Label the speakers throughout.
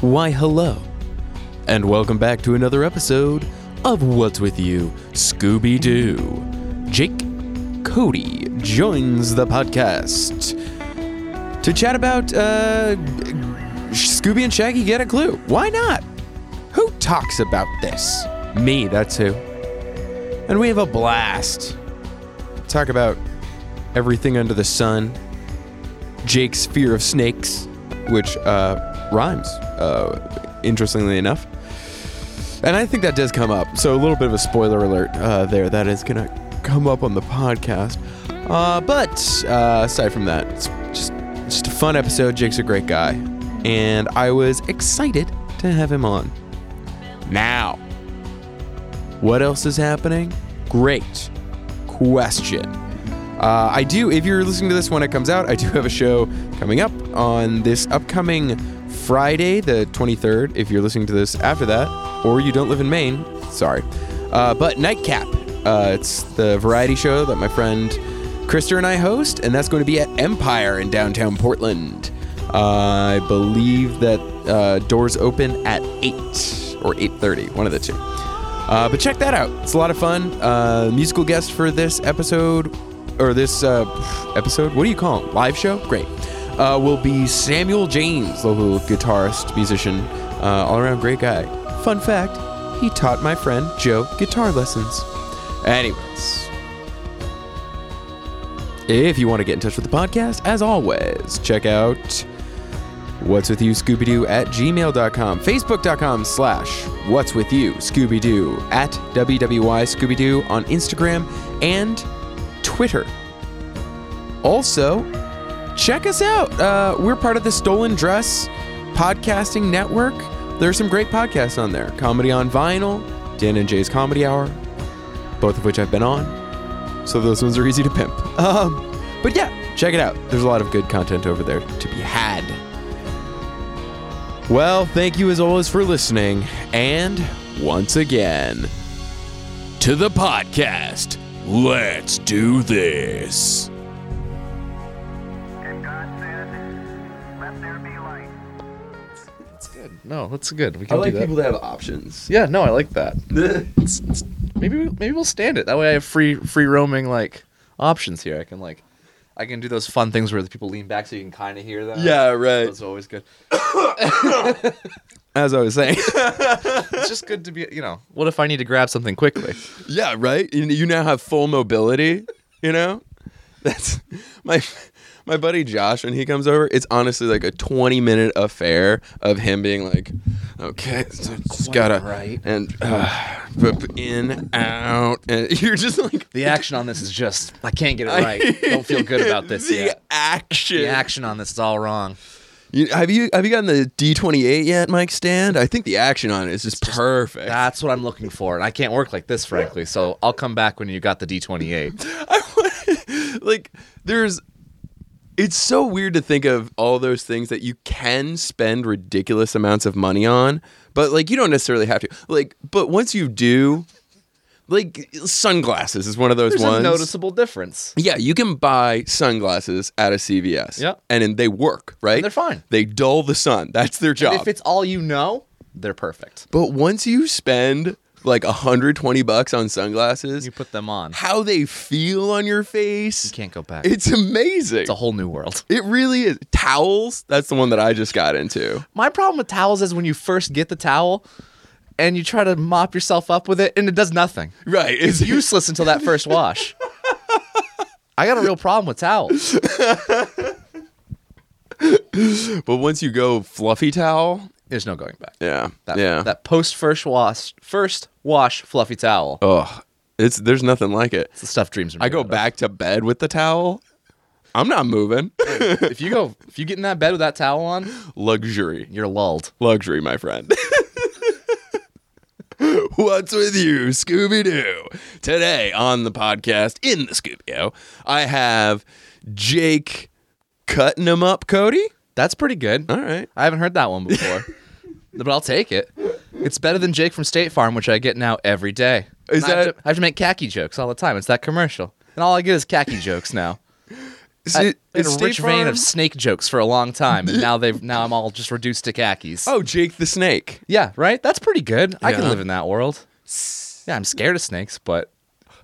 Speaker 1: Why, hello. And welcome back to another episode of What's With You, Scooby Doo. Jake Cody joins the podcast to chat about uh, Scooby and Shaggy get a clue. Why not? Who talks about this? Me, that's who. And we have a blast. Talk about everything under the sun, Jake's fear of snakes, which uh, rhymes, uh, interestingly enough. And I think that does come up. So a little bit of a spoiler alert uh, there. That is going to come up on the podcast. Uh, but uh, aside from that, it's just just a fun episode. Jake's a great guy, and I was excited to have him on. Now, what else is happening? Great question. Uh, I do, if you're listening to this when it comes out, I do have a show coming up on this upcoming Friday, the 23rd, if you're listening to this after that, or you don't live in Maine, sorry. Uh, but Nightcap, uh, it's the variety show that my friend Krister and I host, and that's going to be at Empire in downtown Portland. Uh, I believe that uh, doors open at 8 or 8.30, one of the two. Uh, but check that out. It's a lot of fun. Uh, musical guest for this episode, or this uh, episode, what do you call it? Live show? Great. Uh, will be Samuel James, local guitarist, musician, uh, all around great guy. Fun fact he taught my friend Joe guitar lessons. Anyways, if you want to get in touch with the podcast, as always, check out what's with you scooby doo at gmail.com facebook.com slash what's with you scooby doo at wwy scooby doo on instagram and twitter also check us out uh, we're part of the stolen dress podcasting network there's some great podcasts on there comedy on vinyl dan and jay's comedy hour both of which i've been on so those ones are easy to pimp um, but yeah check it out there's a lot of good content over there to be had well, thank you as always for listening, and once again, to the podcast. Let's do this.
Speaker 2: And God said, Let there be light.
Speaker 3: It's good. No, Oh, that's good. We
Speaker 1: I
Speaker 3: can
Speaker 1: like
Speaker 3: do that.
Speaker 1: people that have options.
Speaker 3: yeah, no, I like that. It's- it's- maybe we- maybe we'll stand it. That way, I have free free roaming like options here. I can like, I can do those fun things where the people lean back so you can kind of hear them.
Speaker 1: right.
Speaker 3: that's always good.
Speaker 1: As I was saying.
Speaker 3: It's just good to be. You know, what if I need to grab something quickly?
Speaker 1: yeah, right. You, you now have full mobility. You know, that's my my buddy Josh when he comes over. It's honestly like a twenty minute affair of him being like, okay, so just gotta
Speaker 3: right.
Speaker 1: and uh, but in out, and you're just like
Speaker 3: The action on this is just. I can't get it right. Don't feel good about this
Speaker 1: the
Speaker 3: yet.
Speaker 1: action.
Speaker 3: The action on this is all wrong.
Speaker 1: You- have you have you gotten the D twenty eight yet, Mike Stand? I think the action on it is just, perfect.
Speaker 3: That's what I'm looking for, and I can't work like this, frankly. So I'll come back when you got the D28.
Speaker 1: like there's, it's so weird to think of all those things that you can spend ridiculous amounts of money on, but like you don't necessarily have to. Like, but once you do, like sunglasses is one of those
Speaker 3: There's
Speaker 1: ones.
Speaker 3: a noticeable difference.
Speaker 1: Yeah, you can buy sunglasses at a CVS.
Speaker 3: Yeah.
Speaker 1: and, and they work, right?
Speaker 3: they're fine.
Speaker 1: They dull the sun. That's their job.
Speaker 3: If it's all you know, they're perfect.
Speaker 1: But once you spend like 120 bucks on sunglasses,
Speaker 3: You put them on.
Speaker 1: how they feel on your face,
Speaker 3: You can't go back. It's
Speaker 1: it's amazing.
Speaker 3: a whole new world.
Speaker 1: it really is. Towels, that's the one that I just got into.
Speaker 3: My problem with towels is when you first get the towel and you try to mop yourself up with it and it does nothing.
Speaker 1: Right. It's you.
Speaker 3: Useless until that first wash. I got a real problem with towels.
Speaker 1: But once you go fluffy towel,
Speaker 3: There's no going back.
Speaker 1: yeah.
Speaker 3: That,
Speaker 1: yeah.
Speaker 3: That post first wash, first wash fluffy towel.
Speaker 1: oh, it's there's nothing like it.
Speaker 3: It's the stuff dreams are
Speaker 1: I
Speaker 3: made
Speaker 1: go
Speaker 3: out of.
Speaker 1: back to bed with the towel. I'm not moving.
Speaker 3: if you go if you get in that bed with that towel on,
Speaker 1: Luxury.
Speaker 3: you're lulled.
Speaker 1: Luxury, my friend. What's with you, Scooby Doo? Today on the podcast, in the Scoobio, I have Jake cutting him up, Cody.
Speaker 3: That's pretty good.
Speaker 1: All right.
Speaker 3: I haven't heard that one before, but I'll take it. It's better than Jake from State Farm, which I get now every day.
Speaker 1: Is
Speaker 3: And I have,
Speaker 1: that-
Speaker 3: to, I have to make khaki jokes all the time? It's that commercial, and all I get is khaki jokes now.
Speaker 1: Is
Speaker 3: I-
Speaker 1: it-
Speaker 3: in
Speaker 1: is
Speaker 3: a rich
Speaker 1: State
Speaker 3: vein
Speaker 1: Farm?
Speaker 3: of snake jokes for a long time, and now they've now I'm all just reduced to khakis.
Speaker 1: Oh, Jake the Snake.
Speaker 3: yeah, right. That's pretty good. I can
Speaker 1: Yeah.
Speaker 3: live in that world. Yeah, I'm scared of snakes, but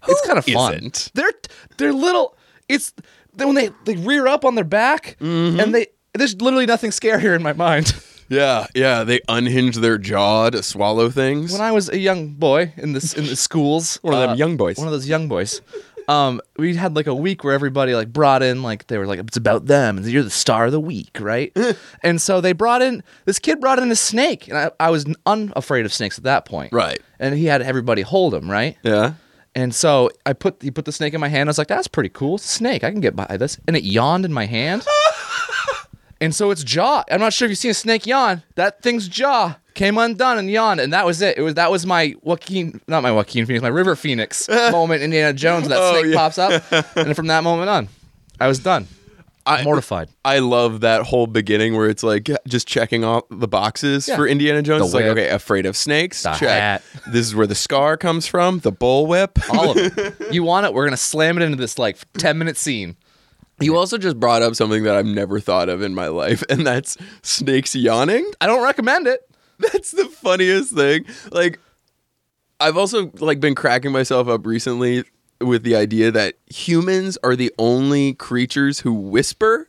Speaker 3: it's kind of fun.
Speaker 1: isn't?
Speaker 3: They're they're little. It's when they they rear up on their back,
Speaker 1: Mm-hmm.
Speaker 3: and they there's literally nothing scarier in my mind.
Speaker 1: Yeah, yeah. They unhinge their jaw to swallow things.
Speaker 3: when I was a young boy in this in the schools, uh,
Speaker 1: One of them young boys.
Speaker 3: one of those young boys. Um, we had like a week where everybody like brought in like they were like it's about them and you're the star of the week, right? and so they brought in this kid brought in a snake, and I, I was unafraid of snakes at that point,
Speaker 1: Right.
Speaker 3: And he had everybody hold him, right?
Speaker 1: yeah.
Speaker 3: And so I put he put the snake in my hand. I was like, that's pretty cool, It's a snake. I can get by this. And it yawned in my hand. and so its jaw. I'm not sure if you've seen a snake yawn. That thing's jaw came undone and yawned, and that was it. It was that was my Joaquin, not my Joaquin Phoenix, my River Phoenix moment. Indiana Jones. when That
Speaker 1: Oh,
Speaker 3: snake
Speaker 1: yeah.
Speaker 3: pops up, and from that moment on, I was done.
Speaker 1: I-
Speaker 3: Mortified.
Speaker 1: I love that whole beginning where it's like just checking off the boxes
Speaker 3: Yeah.
Speaker 1: for Indiana Jones.
Speaker 3: The
Speaker 1: It's like,
Speaker 3: whip.
Speaker 1: okay, afraid of snakes.
Speaker 3: The
Speaker 1: check.
Speaker 3: hat.
Speaker 1: This is where the scar comes from. The bullwhip.
Speaker 3: All of it. You want it? We're gonna slam it into this like 10 minute scene.
Speaker 1: You also just brought up something that I've never thought of in my life, and that's snakes yawning.
Speaker 3: I don't recommend it.
Speaker 1: That's the funniest thing. Like I've also like been cracking myself up recently with the idea that humans are the only creatures who whisper.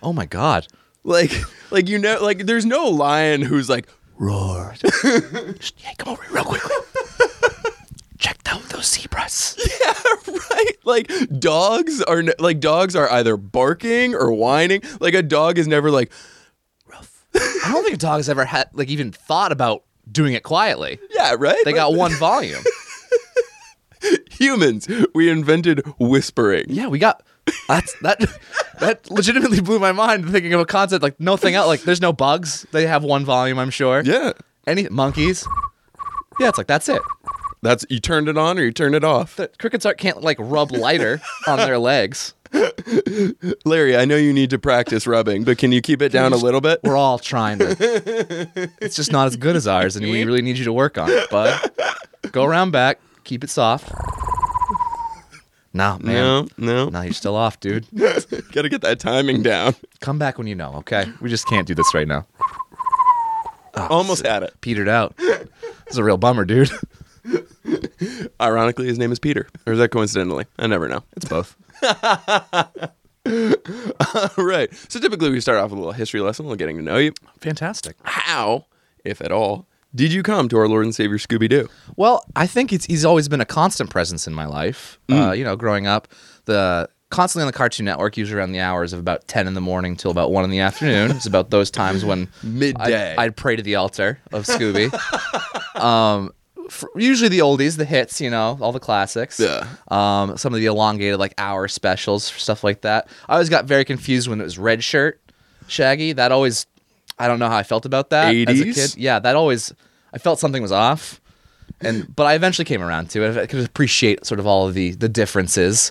Speaker 3: Oh my god.
Speaker 1: Like like you know like there's no lion who's like roar.
Speaker 3: Hey, come over here real quickly. Check out those zebras.
Speaker 1: yeah, right. Like dogs are n- like dogs are either barking or whining. Like a dog is never like
Speaker 3: I don't think a dog has ever had like even thought about doing it quietly.
Speaker 1: yeah, right?
Speaker 3: They got one volume.
Speaker 1: humans. We invented whispering.
Speaker 3: Yeah, we got that's that that legitimately blew my mind thinking of a concept like nothing else. Like there's no bugs. They have one volume, I'm sure.
Speaker 1: Yeah.
Speaker 3: Any monkeys. Yeah, it's like that's it.
Speaker 1: That's you turned it on or you turned it off.
Speaker 3: The crickets are, can't like rub lighter on their legs.
Speaker 1: Larry, I know you need to practice rubbing, but can you keep it down a little bit?
Speaker 3: We're all trying to. It's just not as good as ours, and we really need you to work on it, bud. Go around back, keep it soft. Nah, man.
Speaker 1: No, no.
Speaker 3: Nah, you're still off, dude.
Speaker 1: Got to get that timing down.
Speaker 3: Come back when you know, okay? We just can't do this right now. Oh,
Speaker 1: Almost had it.
Speaker 3: Petered out. This is a real bummer, dude.
Speaker 1: Ironically, his name is Peter. Or is that coincidentally? I never know.
Speaker 3: It's both.
Speaker 1: All right. So typically we start off with a little history lesson, a little getting to know you.
Speaker 3: Fantastic.
Speaker 1: How, if at all, did you come to our Lord and Savior Scooby Doo?
Speaker 3: Well, I think it's he's always been a constant presence in my life.
Speaker 1: Mm.
Speaker 3: Uh, you know, growing up, the constantly on the Cartoon Network, usually around the hours of about ten in the morning till about one in the afternoon. it's about those times when
Speaker 1: Midday.
Speaker 3: I'd, I'd pray to the altar of Scooby. um, f usually the oldies, the hits, you know, all the classics.
Speaker 1: Yeah.
Speaker 3: Um, some of the elongated like hour specials, stuff like that. I always got very confused when it was Red Shirt, Shaggy. That always, I don't know how I felt about that as a
Speaker 1: 80s?
Speaker 3: kid. Yeah, that always, I felt something was off. And but I eventually came around to it. I could appreciate sort of all of the the differences.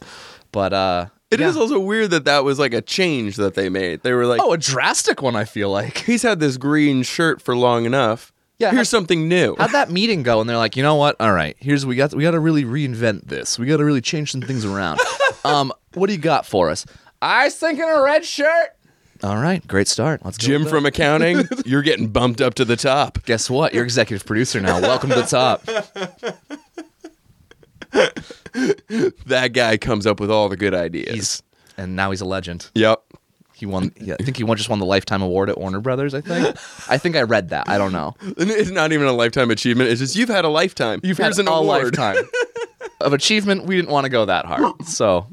Speaker 3: But uh,
Speaker 1: It is
Speaker 3: yeah.
Speaker 1: also weird that that was like a change that they made. They were like,
Speaker 3: oh a drastic one. I feel like.
Speaker 1: he's had this green shirt for long enough.
Speaker 3: Yeah,
Speaker 1: Here's
Speaker 3: how-
Speaker 1: something new.
Speaker 3: How'd that meeting go? And they're like, you know what? All right, here's we got we got to really reinvent this. We got to really change some things around. um, what do you got for us? I was thinking a red shirt. All right, great start. Let's go
Speaker 1: Jim
Speaker 3: with that.
Speaker 1: from accounting, you're getting bumped up to the top.
Speaker 3: Guess what? You're executive producer now. Welcome to the top.
Speaker 1: That guy comes up with all the good ideas.
Speaker 3: He's and now he's a legend.
Speaker 1: Yep.
Speaker 3: He won. Yeah, I think he won just won the lifetime award at Warner Brothers. I think. I think I read that. I don't know.
Speaker 1: And It's not even a lifetime achievement. It's just you've had a lifetime.
Speaker 3: You've
Speaker 1: Here's
Speaker 3: had
Speaker 1: an
Speaker 3: a
Speaker 1: award.
Speaker 3: lifetime of achievement. We didn't want to go that hard, so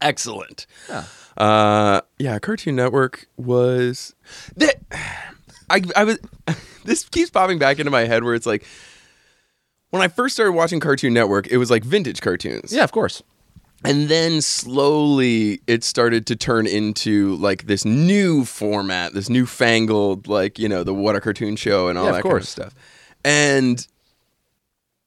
Speaker 1: Excellent.
Speaker 3: Yeah.
Speaker 1: Uh, yeah. Cartoon Network was that. I I was. This keeps popping back into my head where it's like. When I first started watching Cartoon Network, it was like vintage cartoons.
Speaker 3: yeah, of course.
Speaker 1: And then slowly it started to turn into like this new format, this newfangled, like, you know, the What a Cartoon Show and all
Speaker 3: Yeah, of
Speaker 1: that
Speaker 3: course.
Speaker 1: kind of stuff. And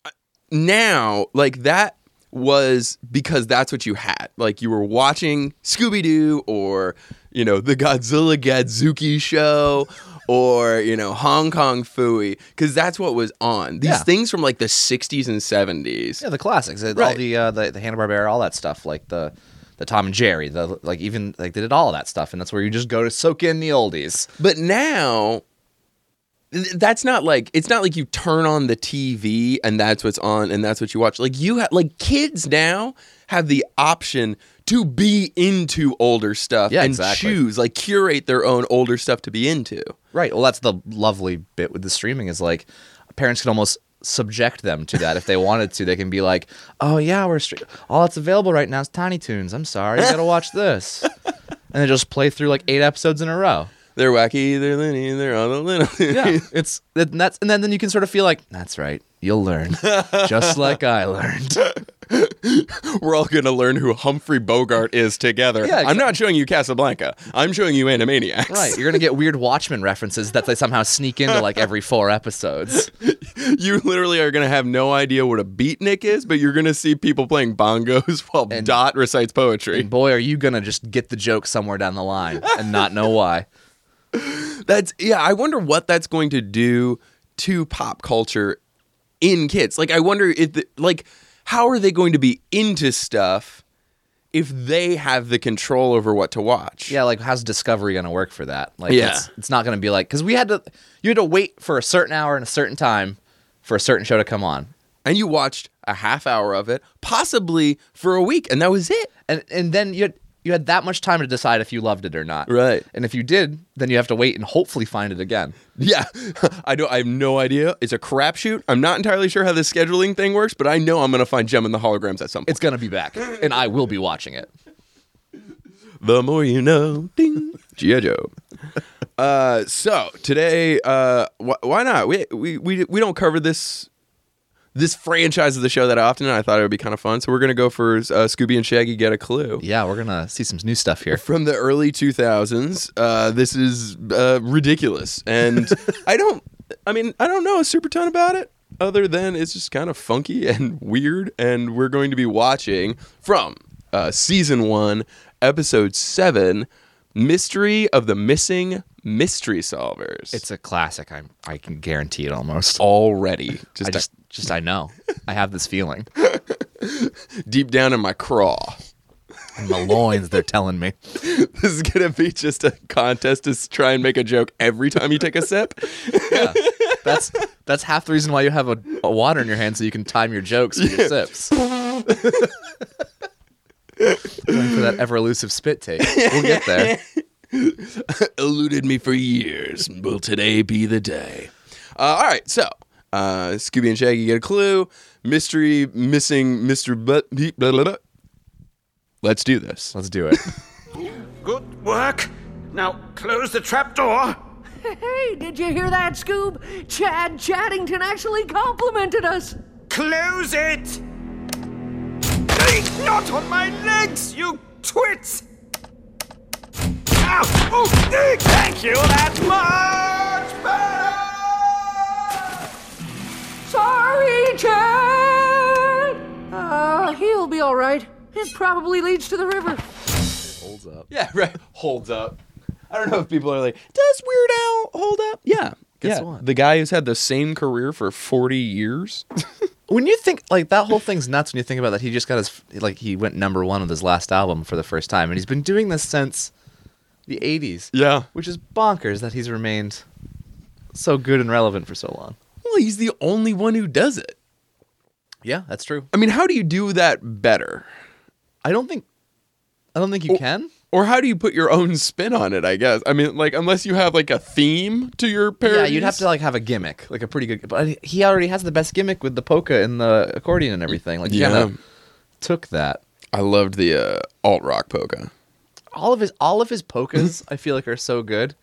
Speaker 1: I- now, like, that was because that's what you had. Like, you were watching Scooby Doo or, you know, the Godzilla Gadzuki show or you know Hong Kong Fooey because that's what was on. These
Speaker 3: Yeah.
Speaker 1: things from like the 60s and 70s.
Speaker 3: Yeah, the classics, uh, all
Speaker 1: Right.
Speaker 3: the uh, the, the Hanna Barbera, all that stuff, like the the Tom and Jerry, the like even like they did all that stuff, and that's where you just go to soak in the oldies.
Speaker 1: But now th- that's not like it's not like you turn on the TV and that's what's on and that's what you watch. Like you have like kids now have the option to be into older stuff
Speaker 3: Yeah,
Speaker 1: and
Speaker 3: exactly.
Speaker 1: choose like curate their own older stuff to be into.
Speaker 3: Right. Well, that's the lovely bit with the streaming is like parents can almost subject them to that if they wanted to. They can be like, "Oh yeah, we're stre- all that's available right now is Tiny Toons. I'm sorry, you got to watch this." And they just play through like eight episodes in a row.
Speaker 1: They're wacky, they're linny, they're on a little.
Speaker 3: Yeah, it's and that's and then, then you can sort of feel like that's right. You'll learn, just like I learned.
Speaker 1: We're all gonna learn who Humphrey Bogart is together.
Speaker 3: Yeah,
Speaker 1: I'm not showing you Casablanca. I'm showing you Animaniacs.
Speaker 3: Right, you're gonna get weird Watchmen references that they somehow sneak into like every four episodes.
Speaker 1: You literally are gonna have no idea what a beatnik is, but you're gonna see people playing bongos while Dot recites poetry.
Speaker 3: And boy, are you gonna just get the joke somewhere down the line and not know why?
Speaker 1: That's yeah. I wonder what that's going to do to pop culture in kids. Like, I wonder if the, like how are they going to be into stuff if they have the control over what to watch?
Speaker 3: Yeah, like how's Discovery gonna work for that? Like,
Speaker 1: Yeah.
Speaker 3: it's, it's not gonna be like because we had to you had to wait for a certain hour and a certain time for a certain show to come on,
Speaker 1: And you watched a half hour of it, possibly for a week, and that was it.
Speaker 3: and and then you had you had that much time to decide if you loved it or not.
Speaker 1: Right.
Speaker 3: And if you did, then you have to wait and hopefully find it again.
Speaker 1: Yeah, I don't. I have no idea. It's a crapshoot. I'm not entirely sure how the scheduling thing works, but I know I'm gonna find Gem and the Holograms at some point.
Speaker 3: It's gonna be back, and I will be watching it.
Speaker 1: The more you know. Ding. G.I. Joe. Uh, so today, uh, wh- why not? We, we we we don't cover this this franchise of the show that often, and I thought it would be kind of fun. So we're gonna go for uh, Scooby and Shaggy Get a Clue.
Speaker 3: Yeah, we're gonna see some new stuff here.
Speaker 1: From the early 2000s, uh, this is uh, ridiculous, and I don't. I mean, I don't know a super ton about it, other than it's just kind of funky and weird. And we're going to be watching from uh, season one, episode seven, "Mystery of the Missing Mystery Solvers."
Speaker 3: It's a classic. I'm I can guarantee it almost.
Speaker 1: already just,
Speaker 3: I
Speaker 1: a-
Speaker 3: just just I know. I have this feeling.
Speaker 1: deep down in my craw.
Speaker 3: In my loins, they're telling me.
Speaker 1: This is gonna be just a contest to s- try and make a joke every time you take a sip.
Speaker 3: That's that's half the reason why you have a, a water in your hand so you can time your jokes with your sips. Going for that ever elusive spit take. We'll get there.
Speaker 1: eluded me for years. Will today be the day? Uh, all right, so uh, Scooby and Shaggy get a clue. Mystery missing Mr. But. Blah, blah, blah. Let's do this.
Speaker 3: Let's do it.
Speaker 4: Good work. Now close the trapdoor.
Speaker 5: Hey, did you hear that, Scoob? Chad Chattington actually complimented us.
Speaker 4: Close it. Hey, Not on my legs, you twits. Ow. Oh, eh, thank you. That's much better.
Speaker 5: Sorry, Chad. Uh, he'll be all right. It probably leads to the river.
Speaker 1: Yeah, right. Holds up. I don't know if people are like, does Weird Al hold up? Yeah.
Speaker 3: Guess
Speaker 1: yeah.
Speaker 3: what?
Speaker 1: The guy who's had the same career for 40 years.
Speaker 3: When you think like that whole thing's nuts when you think about that, he just got his like he went number one with his last album for the first time, and he's been doing this since the eighties.
Speaker 1: yeah.
Speaker 3: Which is bonkers that he's remained so good and relevant for so long.
Speaker 1: Well, he's the only one who does it.
Speaker 3: Yeah, that's true.
Speaker 1: I mean, how do you do that better?
Speaker 3: I don't think I don't think you can.
Speaker 1: or how do you put your own spin on it? I guess. I mean, like unless you have like a theme to your parody.
Speaker 3: Yeah, you'd have to like have a gimmick, like a pretty good. But he already has the best gimmick with the polka and the accordion and everything. Like, yeah,
Speaker 1: Yeah.
Speaker 3: kind of took that.
Speaker 1: I loved the uh, alt rock polka.
Speaker 3: All of his all of his polkas, I feel like, are so good.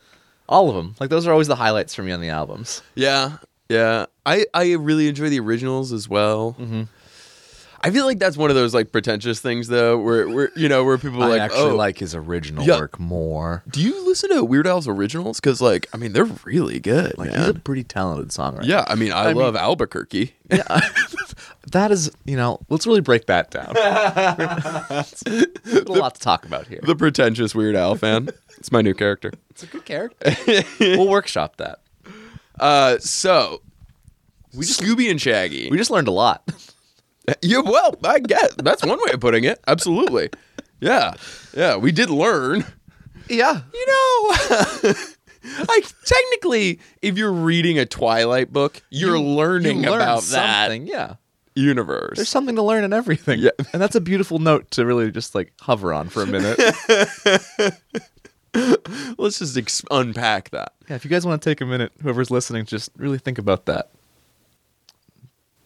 Speaker 3: All of them, like those are always the highlights for me on the albums.
Speaker 1: Yeah, yeah. I I really enjoy the originals as well. I feel like that's one of those like pretentious things though, where where you know where people are like, oh, like,
Speaker 3: his original
Speaker 1: Yeah.
Speaker 3: more.
Speaker 1: do you listen to Weird Al's originals? Because like, I mean, they're really good,
Speaker 3: Like he's a
Speaker 1: man.
Speaker 3: pretty talented songwriter.
Speaker 1: Yeah, I mean, I,
Speaker 3: I mean-
Speaker 1: love Albuquerque.
Speaker 3: yeah. that is, you know, let's really break that down. a lot to talk about here.
Speaker 1: The pretentious Weird Al fan. It's my new character.
Speaker 3: It's a good character. we'll workshop that.
Speaker 1: Uh, so we just Scooby and Shaggy.
Speaker 3: We just learned a lot.
Speaker 1: yeah, well, I guess that's one way of putting it. Absolutely. Yeah, yeah. We did learn.
Speaker 3: Yeah.
Speaker 1: You know, like technically, if you're reading a Twilight book, you're learning about that
Speaker 3: something. Yeah.
Speaker 1: universe.
Speaker 3: There's something to learn in everything.
Speaker 1: Yeah.
Speaker 3: And that's a beautiful note to really just like hover on for a minute.
Speaker 1: Let's just ex- unpack that.
Speaker 3: yeah, if you guys want to take a minute, whoever's listening, just really think about that.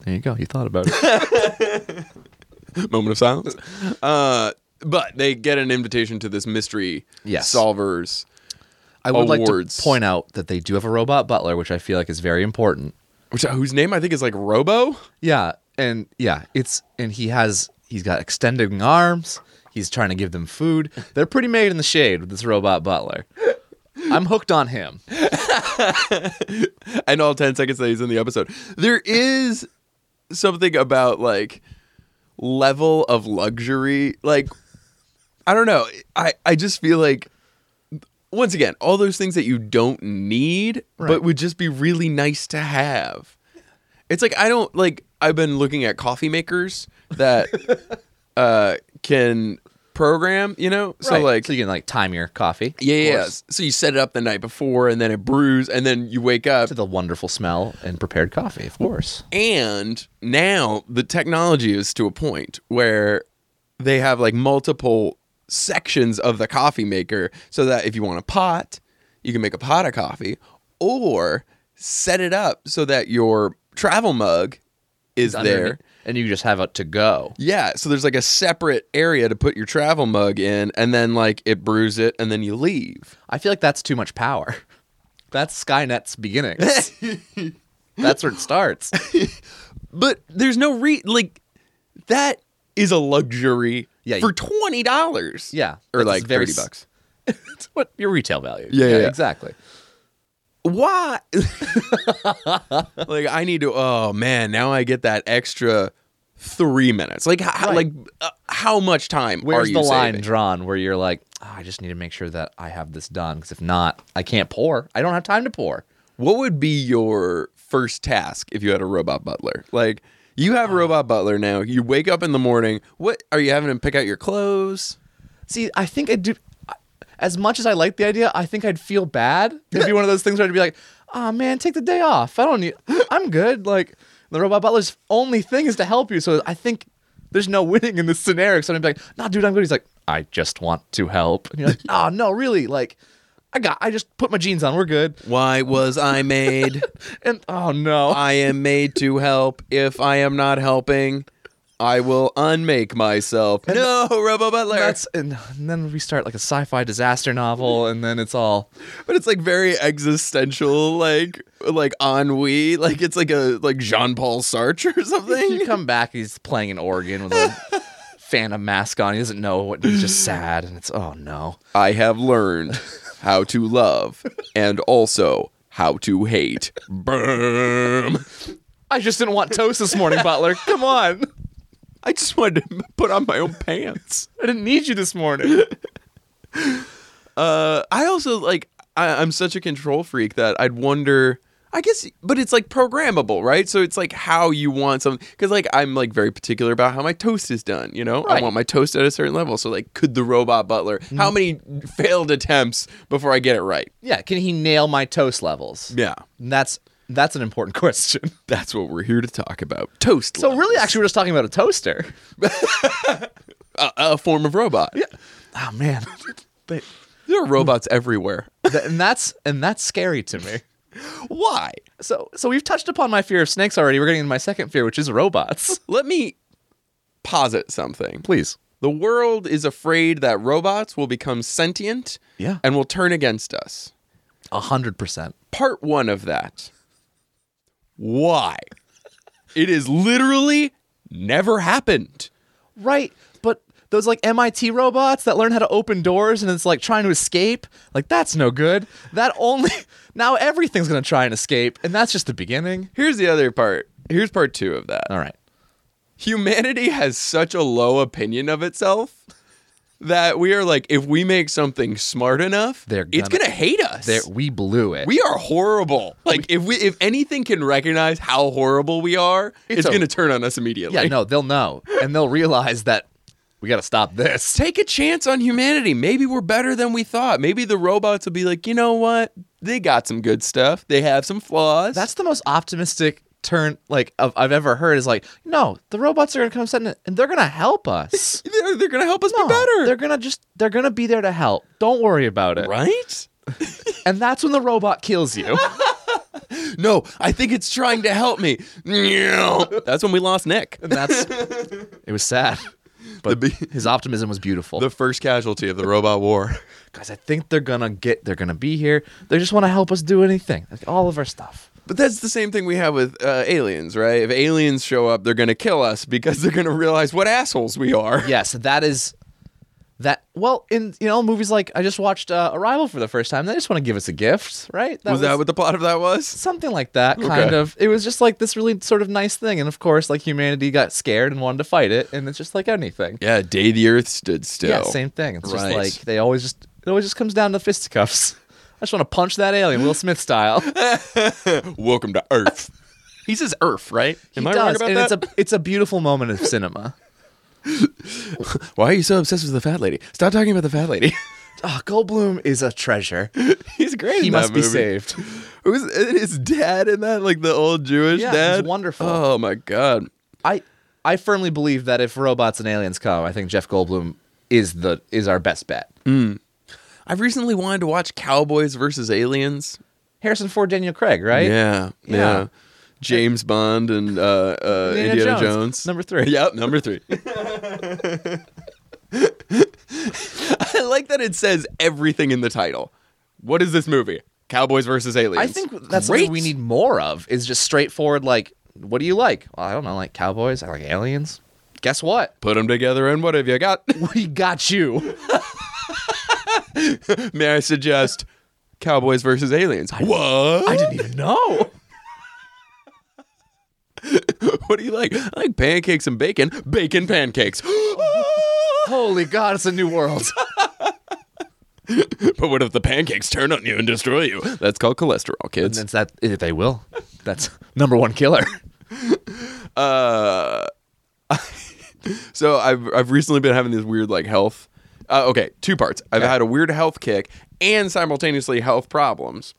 Speaker 3: There you go. You thought about it.
Speaker 1: Moment of silence. Uh, but they get an invitation to this mystery
Speaker 3: Yes.
Speaker 1: solvers.
Speaker 3: I would like
Speaker 1: Awards.
Speaker 3: to point out that they do have a robot butler, which I feel like is very important.
Speaker 1: which uh, whose name I think is like Robo.
Speaker 3: Yeah, and yeah, it's and he has he's got extending arms. He's trying to give them food. They're pretty made in the shade with this robot butler. I'm hooked on him.
Speaker 1: And all ten seconds that he's in the episode, there is something about like level of luxury. Like I don't know. I I just feel like once again, all those things that you don't need but would just be really nice to have. It's like I don't like I've been looking at coffee makers that uh can program, you know? So like
Speaker 3: so you can like time your coffee.
Speaker 1: Yeah,
Speaker 3: of
Speaker 1: yeah. yeah.
Speaker 3: course,
Speaker 1: So you set it up the night before, and then it brews, and then you wake up.
Speaker 3: To the wonderful smell and prepared coffee, of course.
Speaker 1: And now the technology is to a point where they have like multiple sections of the coffee maker, so that if you want a pot, you can make a pot of coffee, or set it up so that your travel mug is there.
Speaker 3: Underneath- and you just have it to go.
Speaker 1: Yeah, so there's like a separate area to put your travel mug in, and then like it brews it, and then you leave.
Speaker 3: I feel like that's too much power. That's Skynet's beginnings. that's where it starts.
Speaker 1: But there's no re like that is a luxury
Speaker 3: Yeah,
Speaker 1: for
Speaker 3: you-
Speaker 1: twenty dollars.
Speaker 3: Yeah,
Speaker 1: Or
Speaker 3: that's
Speaker 1: like
Speaker 3: very
Speaker 1: thirty
Speaker 3: s-
Speaker 1: bucks.
Speaker 3: it's what your retail value.
Speaker 1: Yeah, yeah, yeah.
Speaker 3: exactly.
Speaker 1: Why? like I need to. Oh man, now I get that extra three minutes. Like how,
Speaker 3: Right.
Speaker 1: like uh, how much time are
Speaker 3: Where's
Speaker 1: you
Speaker 3: the line
Speaker 1: saving?
Speaker 3: drawn where you're like, "Oh, I just need to make sure that I have this done because if not, I can't pour. I don't have time to pour.
Speaker 1: What would be your first task if you had a robot butler? Like you have a
Speaker 3: Oh.
Speaker 1: robot butler now. You wake up in the morning. What are you having him pick out your clothes?
Speaker 3: See, I think I do. As much as I like the idea, I think I'd feel bad. It'd be one of those things where I'd be like, "Ah, man, take the day off. I don't need. I'm good." Like the robot butler's only thing is to help you. So I think there's no winning in this scenario. So I'd be like, "Nah, dude, I'm good." He's like, "I just want to help." And you're like, "Ah, no, really? Like, I got. I just put my jeans on. We're good."
Speaker 1: Why was I made?
Speaker 3: And oh no,
Speaker 1: I am made to help. If I am not helping, I will unmake myself. no, Robo Butler.
Speaker 3: That's and, and then we start like a sci-fi disaster novel, and then it's all
Speaker 1: but it's like very existential, like like ennui. Like it's like a like Jean Paul Sartre or
Speaker 3: you
Speaker 1: something.
Speaker 3: come back. He's playing in Oregon with a phantom mask on. He doesn't know what. He's just sad, and it's oh no.
Speaker 1: I have learned how to love and also how to hate. Boom.
Speaker 3: I just didn't want toast this morning, Butler. Come on,
Speaker 1: I just wanted to put on my own pants.
Speaker 3: I didn't need you this morning.
Speaker 1: Uh, I also like I, I'm such a control freak that I'd wonder. I guess, but it's like programmable, right? So it's like how you want something. Because like I'm like very particular about how my toast is done. You know, I
Speaker 3: Right. Mm.
Speaker 1: want my toast at a certain level. So like, could the robot butler? How many failed attempts before I get it right?
Speaker 3: Yeah, can he nail my toast levels?
Speaker 1: Yeah,
Speaker 3: And that's that's an important question.
Speaker 1: that's what we're here to talk about. Toast.
Speaker 3: So
Speaker 1: levels.
Speaker 3: really, actually, we're just talking about a toaster.
Speaker 1: a form of robot. Yeah,
Speaker 3: Oh man, But-
Speaker 1: there are robots everywhere.
Speaker 3: th- and that's and that's scary to me.
Speaker 1: Why?
Speaker 3: So so we've touched upon my fear of snakes already. We're getting into my second fear, which is robots.
Speaker 1: Let me posit something.
Speaker 3: Please.
Speaker 1: The world is afraid that robots will become sentient
Speaker 3: Yeah.
Speaker 1: and will turn against us.
Speaker 3: A hundred percent.
Speaker 1: Part one of that. Why? It is literally never happened.
Speaker 3: Right. But those like MIT robots that learn how to open doors and it's like trying to escape, like that's no good. That only now everything's gonna try and escape, and that's just the beginning.
Speaker 1: Here's the other part. Here's part two of that.
Speaker 3: All right.
Speaker 1: humanity has such a low opinion of itself that we are like, if we make something smart enough,
Speaker 3: They're
Speaker 1: it's
Speaker 3: gonna-
Speaker 1: gonna hate us.
Speaker 3: There, we blew it.
Speaker 1: we are horrible. Like if we if anything can recognize how horrible we are, it's,
Speaker 3: a-
Speaker 1: gonna turn on us immediately.
Speaker 3: yeah, no, they'll know, and they'll realize that we got to stop this.
Speaker 1: Take a chance on humanity. Maybe we're better than we thought. Maybe the robots will be like, you know what? They got some good stuff. They have some flaws.
Speaker 3: That's the most optimistic turn like of, I've ever heard. Is like, no, the robots are gonna come send it, and they're gonna help us.
Speaker 1: they're, they're gonna help us
Speaker 3: No,
Speaker 1: be better.
Speaker 3: They're gonna just they're gonna be there to help. Don't worry about it.
Speaker 1: right?
Speaker 3: And that's when the robot kills you.
Speaker 1: No, I think it's trying to help me. That's when we lost Nick.
Speaker 3: and that's it was sad. But
Speaker 1: The be-
Speaker 3: his optimism was beautiful.
Speaker 1: The first casualty of the robot war.
Speaker 3: Guys, I think they're gonna get they're gonna be here. They just wanna help us do anything. Like all of our stuff.
Speaker 1: But that's the same thing we have with uh, aliens, right? If aliens show up, they're going to kill us because they're going to realize what assholes we are.
Speaker 3: Yes, that is that well, in you know, movies like I just watched uh, Arrival for the first time. They just want to give us a gift, right?
Speaker 1: was, that what the plot of that was?
Speaker 3: something like that kind
Speaker 1: Okay.
Speaker 3: of it was just like this really sort of nice thing and of course like humanity got scared and wanted to fight it and it's just like anything
Speaker 1: Yeah, day the earth stood still.
Speaker 3: yeah same thing it's
Speaker 1: Right.
Speaker 3: just like they always just it always just comes down to fisticuffs i just want to punch that alien will smith style
Speaker 1: Welcome to Earth. he says Earth, right? Am
Speaker 3: He
Speaker 1: I
Speaker 3: does,
Speaker 1: wrong
Speaker 3: and
Speaker 1: about that?
Speaker 3: it's a it's a beautiful moment of cinema
Speaker 1: Why are you so obsessed with the fat lady? Stop talking about the fat lady. Ah,
Speaker 3: oh goldblum is a treasure
Speaker 1: He's great.
Speaker 3: he
Speaker 1: in
Speaker 3: must
Speaker 1: that
Speaker 3: be
Speaker 1: movie.
Speaker 3: saved
Speaker 1: It was and his dad in that, like the old Jewish
Speaker 3: Yeah, he's
Speaker 1: dad.
Speaker 3: wonderful.
Speaker 1: Oh my god.
Speaker 3: i i firmly believe that if robots and aliens come i think jeff goldblum is the is our best bet
Speaker 1: Mm. I've recently wanted to watch Cowboys versus Aliens.
Speaker 3: harrison ford daniel craig right
Speaker 1: Yeah, yeah.
Speaker 3: Yeah.
Speaker 1: James Bond and uh, uh,
Speaker 3: Indiana
Speaker 1: Indiana,
Speaker 3: Jones,
Speaker 1: Jones.
Speaker 3: number three.
Speaker 1: Yep, number three. I like that it says everything in the title. What is this movie? Cowboys versus aliens.
Speaker 3: I think that's
Speaker 1: Great.
Speaker 3: something we need more of is just straightforward. Like, what do you like? Well, I don't know. I like cowboys. I like aliens. Guess what?
Speaker 1: Put them together, and what have you got?
Speaker 3: We got you.
Speaker 1: May I suggest Cowboys versus aliens? what?
Speaker 3: I didn't even know.
Speaker 1: what do you like? I like pancakes and bacon. Bacon pancakes. but
Speaker 3: Holy God, it's a new world.
Speaker 1: what if the pancakes turn on you and destroy you? That's called cholesterol,
Speaker 3: and
Speaker 1: kids.
Speaker 3: that's that. They will. That's number one killer.
Speaker 1: uh, so I've I've recently been having this weird like health. Uh, okay, two parts. I've had a weird health kick and simultaneously health problems.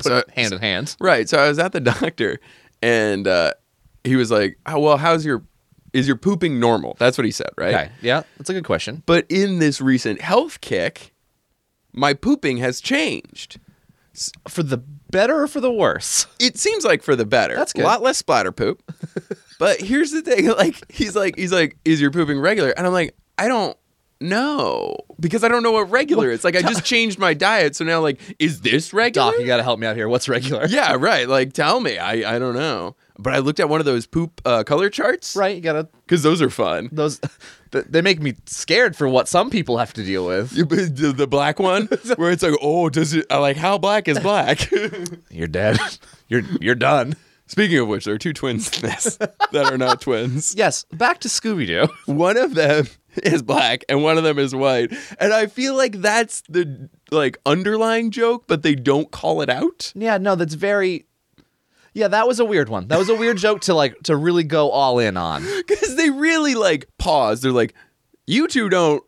Speaker 1: So
Speaker 3: hand in hand.
Speaker 1: right, so I was at the doctor, and uh, he was like, oh, "Well, how's your is your pooping normal?" That's what he said, right?
Speaker 3: Okay. Yeah, that's a good question.
Speaker 1: But in this recent health kick, my pooping has changed.
Speaker 3: For the better or for the worse?
Speaker 1: it seems like for the better.
Speaker 3: That's good.
Speaker 1: A lot less splatter poop. but here's the thing, like he's like he's like, is your pooping regular? And I'm like, I don't know. Because I don't know what regular is. Like I just changed my diet, so now like, is this regular?
Speaker 3: Doc, you got to help me out here. What's regular?
Speaker 1: yeah, right. Like tell me. I, I don't know. But I looked at one of those poop uh, color charts.
Speaker 3: Right. You got to.
Speaker 1: Because those are fun.
Speaker 3: Those. They make me scared for what some people have to deal with.
Speaker 1: You- The, the black one where it's like, oh, does it uh, like how black is black?
Speaker 3: You're dead. You're you're done.
Speaker 1: Speaking of which, there are two twins in this that are not twins.
Speaker 3: Yes. Back to Scooby Doo.
Speaker 1: one of them is black and one of them is white and i feel like that's the like underlying joke but they don't call it out
Speaker 3: Yeah, no, that's very. Yeah, that was a weird one. That was a weird joke to like to really go all in on.
Speaker 1: because they really like pause they're like you two don't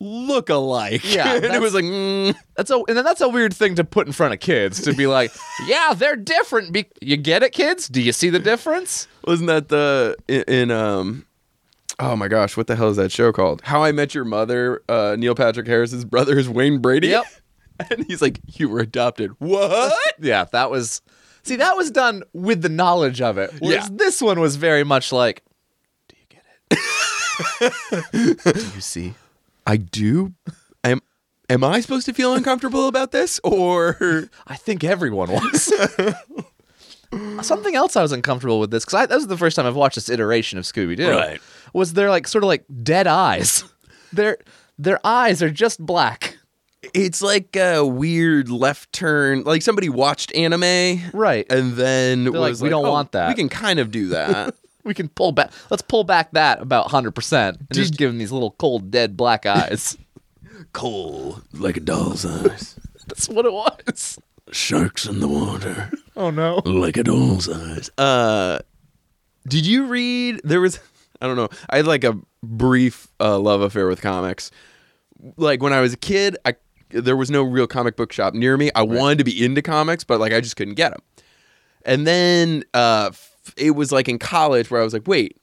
Speaker 1: look alike
Speaker 3: Yeah,
Speaker 1: and it
Speaker 3: that's-
Speaker 1: was like mm.
Speaker 3: That's a and then that's a weird thing to put in front of kids to be like, yeah, they're different. Be- you get it, kids? Do you see the difference?
Speaker 1: wasn't that the in, in um oh my gosh what the hell is that show called how i met your mother uh neil patrick harris's brother is wayne brady
Speaker 3: Yep.
Speaker 1: and he's like you were adopted what
Speaker 3: Yeah, that was. See, that was done with the knowledge of it. Whereas
Speaker 1: Yeah.
Speaker 3: this one was very much like, do you get it? do you see?
Speaker 1: I do. Am am I supposed to feel uncomfortable about this or
Speaker 3: I think everyone was. Something else I was uncomfortable with this because that was the first time I've watched this iteration of Scooby Doo.
Speaker 1: Right.
Speaker 3: Was their like sort of like dead eyes? their their eyes are just black.
Speaker 1: it's like a weird left turn like somebody watched anime
Speaker 3: Right.
Speaker 1: and then
Speaker 3: They're like,
Speaker 1: was
Speaker 3: "We don't
Speaker 1: "Oh,
Speaker 3: want that."
Speaker 1: We can kind of do that.
Speaker 3: we can pull back. Let's pull back that about hundred percent, and just give him these little cold, dead black eyes.
Speaker 1: Coal like a doll's eyes.
Speaker 3: That's what it was.
Speaker 1: Sharks in the water
Speaker 3: Oh no!
Speaker 1: like a doll's eyes. Uh, did you read? There was, I don't know. I had like a brief uh, love affair with comics. Like when I was a kid, I there was no real comic book shop near me. I wanted to be into comics, but like I just couldn't get them. And then uh, f- it was like in college where I was like, wait,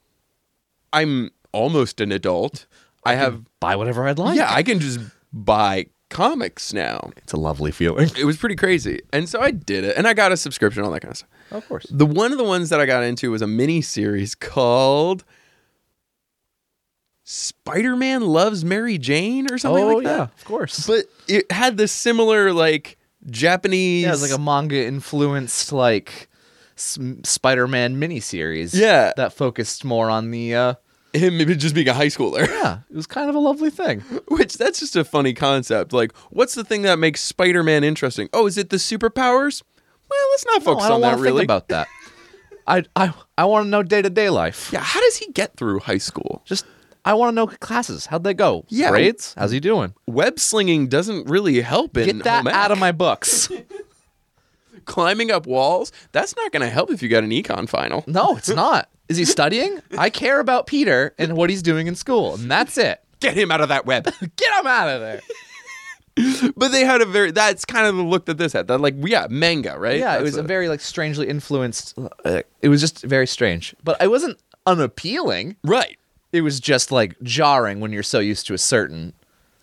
Speaker 1: I'm almost an adult. I have
Speaker 3: Buy whatever I'd like.
Speaker 1: yeah, I can just buy comics now.
Speaker 3: it's a lovely feeling.
Speaker 1: It was pretty crazy. And so I did it and I got a subscription, all that kind of stuff.
Speaker 3: Of course.
Speaker 1: The one of the ones that I got into was a mini series called Spider-Man Loves Mary Jane or something
Speaker 3: oh
Speaker 1: like
Speaker 3: yeah,
Speaker 1: that.
Speaker 3: of course.
Speaker 1: But it had this similar like Japanese
Speaker 3: yeah, it's like a manga influenced like s- Spider-Man miniseries.
Speaker 1: Yeah.
Speaker 3: that focused more on the. uh
Speaker 1: him maybe just being a high schooler.
Speaker 3: Yeah, it was kind of a lovely thing.
Speaker 1: Which that's just a funny concept. Like, what's the thing that makes Spider-Man interesting? Oh, is it the superpowers? Well, let's not
Speaker 3: No,
Speaker 1: focus
Speaker 3: Oh, I don't
Speaker 1: on
Speaker 3: want
Speaker 1: that
Speaker 3: to
Speaker 1: really.
Speaker 3: think about that. I I I want to know day to day life.
Speaker 1: yeah, how does he get through high school?
Speaker 3: Just I want to know classes. How'd they go?
Speaker 1: Yeah.
Speaker 3: Grades? How's he doing?
Speaker 1: Web slinging doesn't really help in
Speaker 3: Get that
Speaker 1: home ec.
Speaker 3: out of my books.
Speaker 1: climbing up walls. That's not going to help if you got an econ final.
Speaker 3: No, it's not. Is he studying? I care about Peter and what he's doing in school, and that's it.
Speaker 1: Get him out of that web.
Speaker 3: Get him out of there.
Speaker 1: but they had a very that's kind of the look that this had. That like yeah, manga, right?
Speaker 3: Yeah, it
Speaker 1: That's
Speaker 3: was a
Speaker 1: what-
Speaker 3: very like strangely influenced. uh, It was just very strange, but it wasn't unappealing.
Speaker 1: right.
Speaker 3: It was just like jarring when you're so used to a certain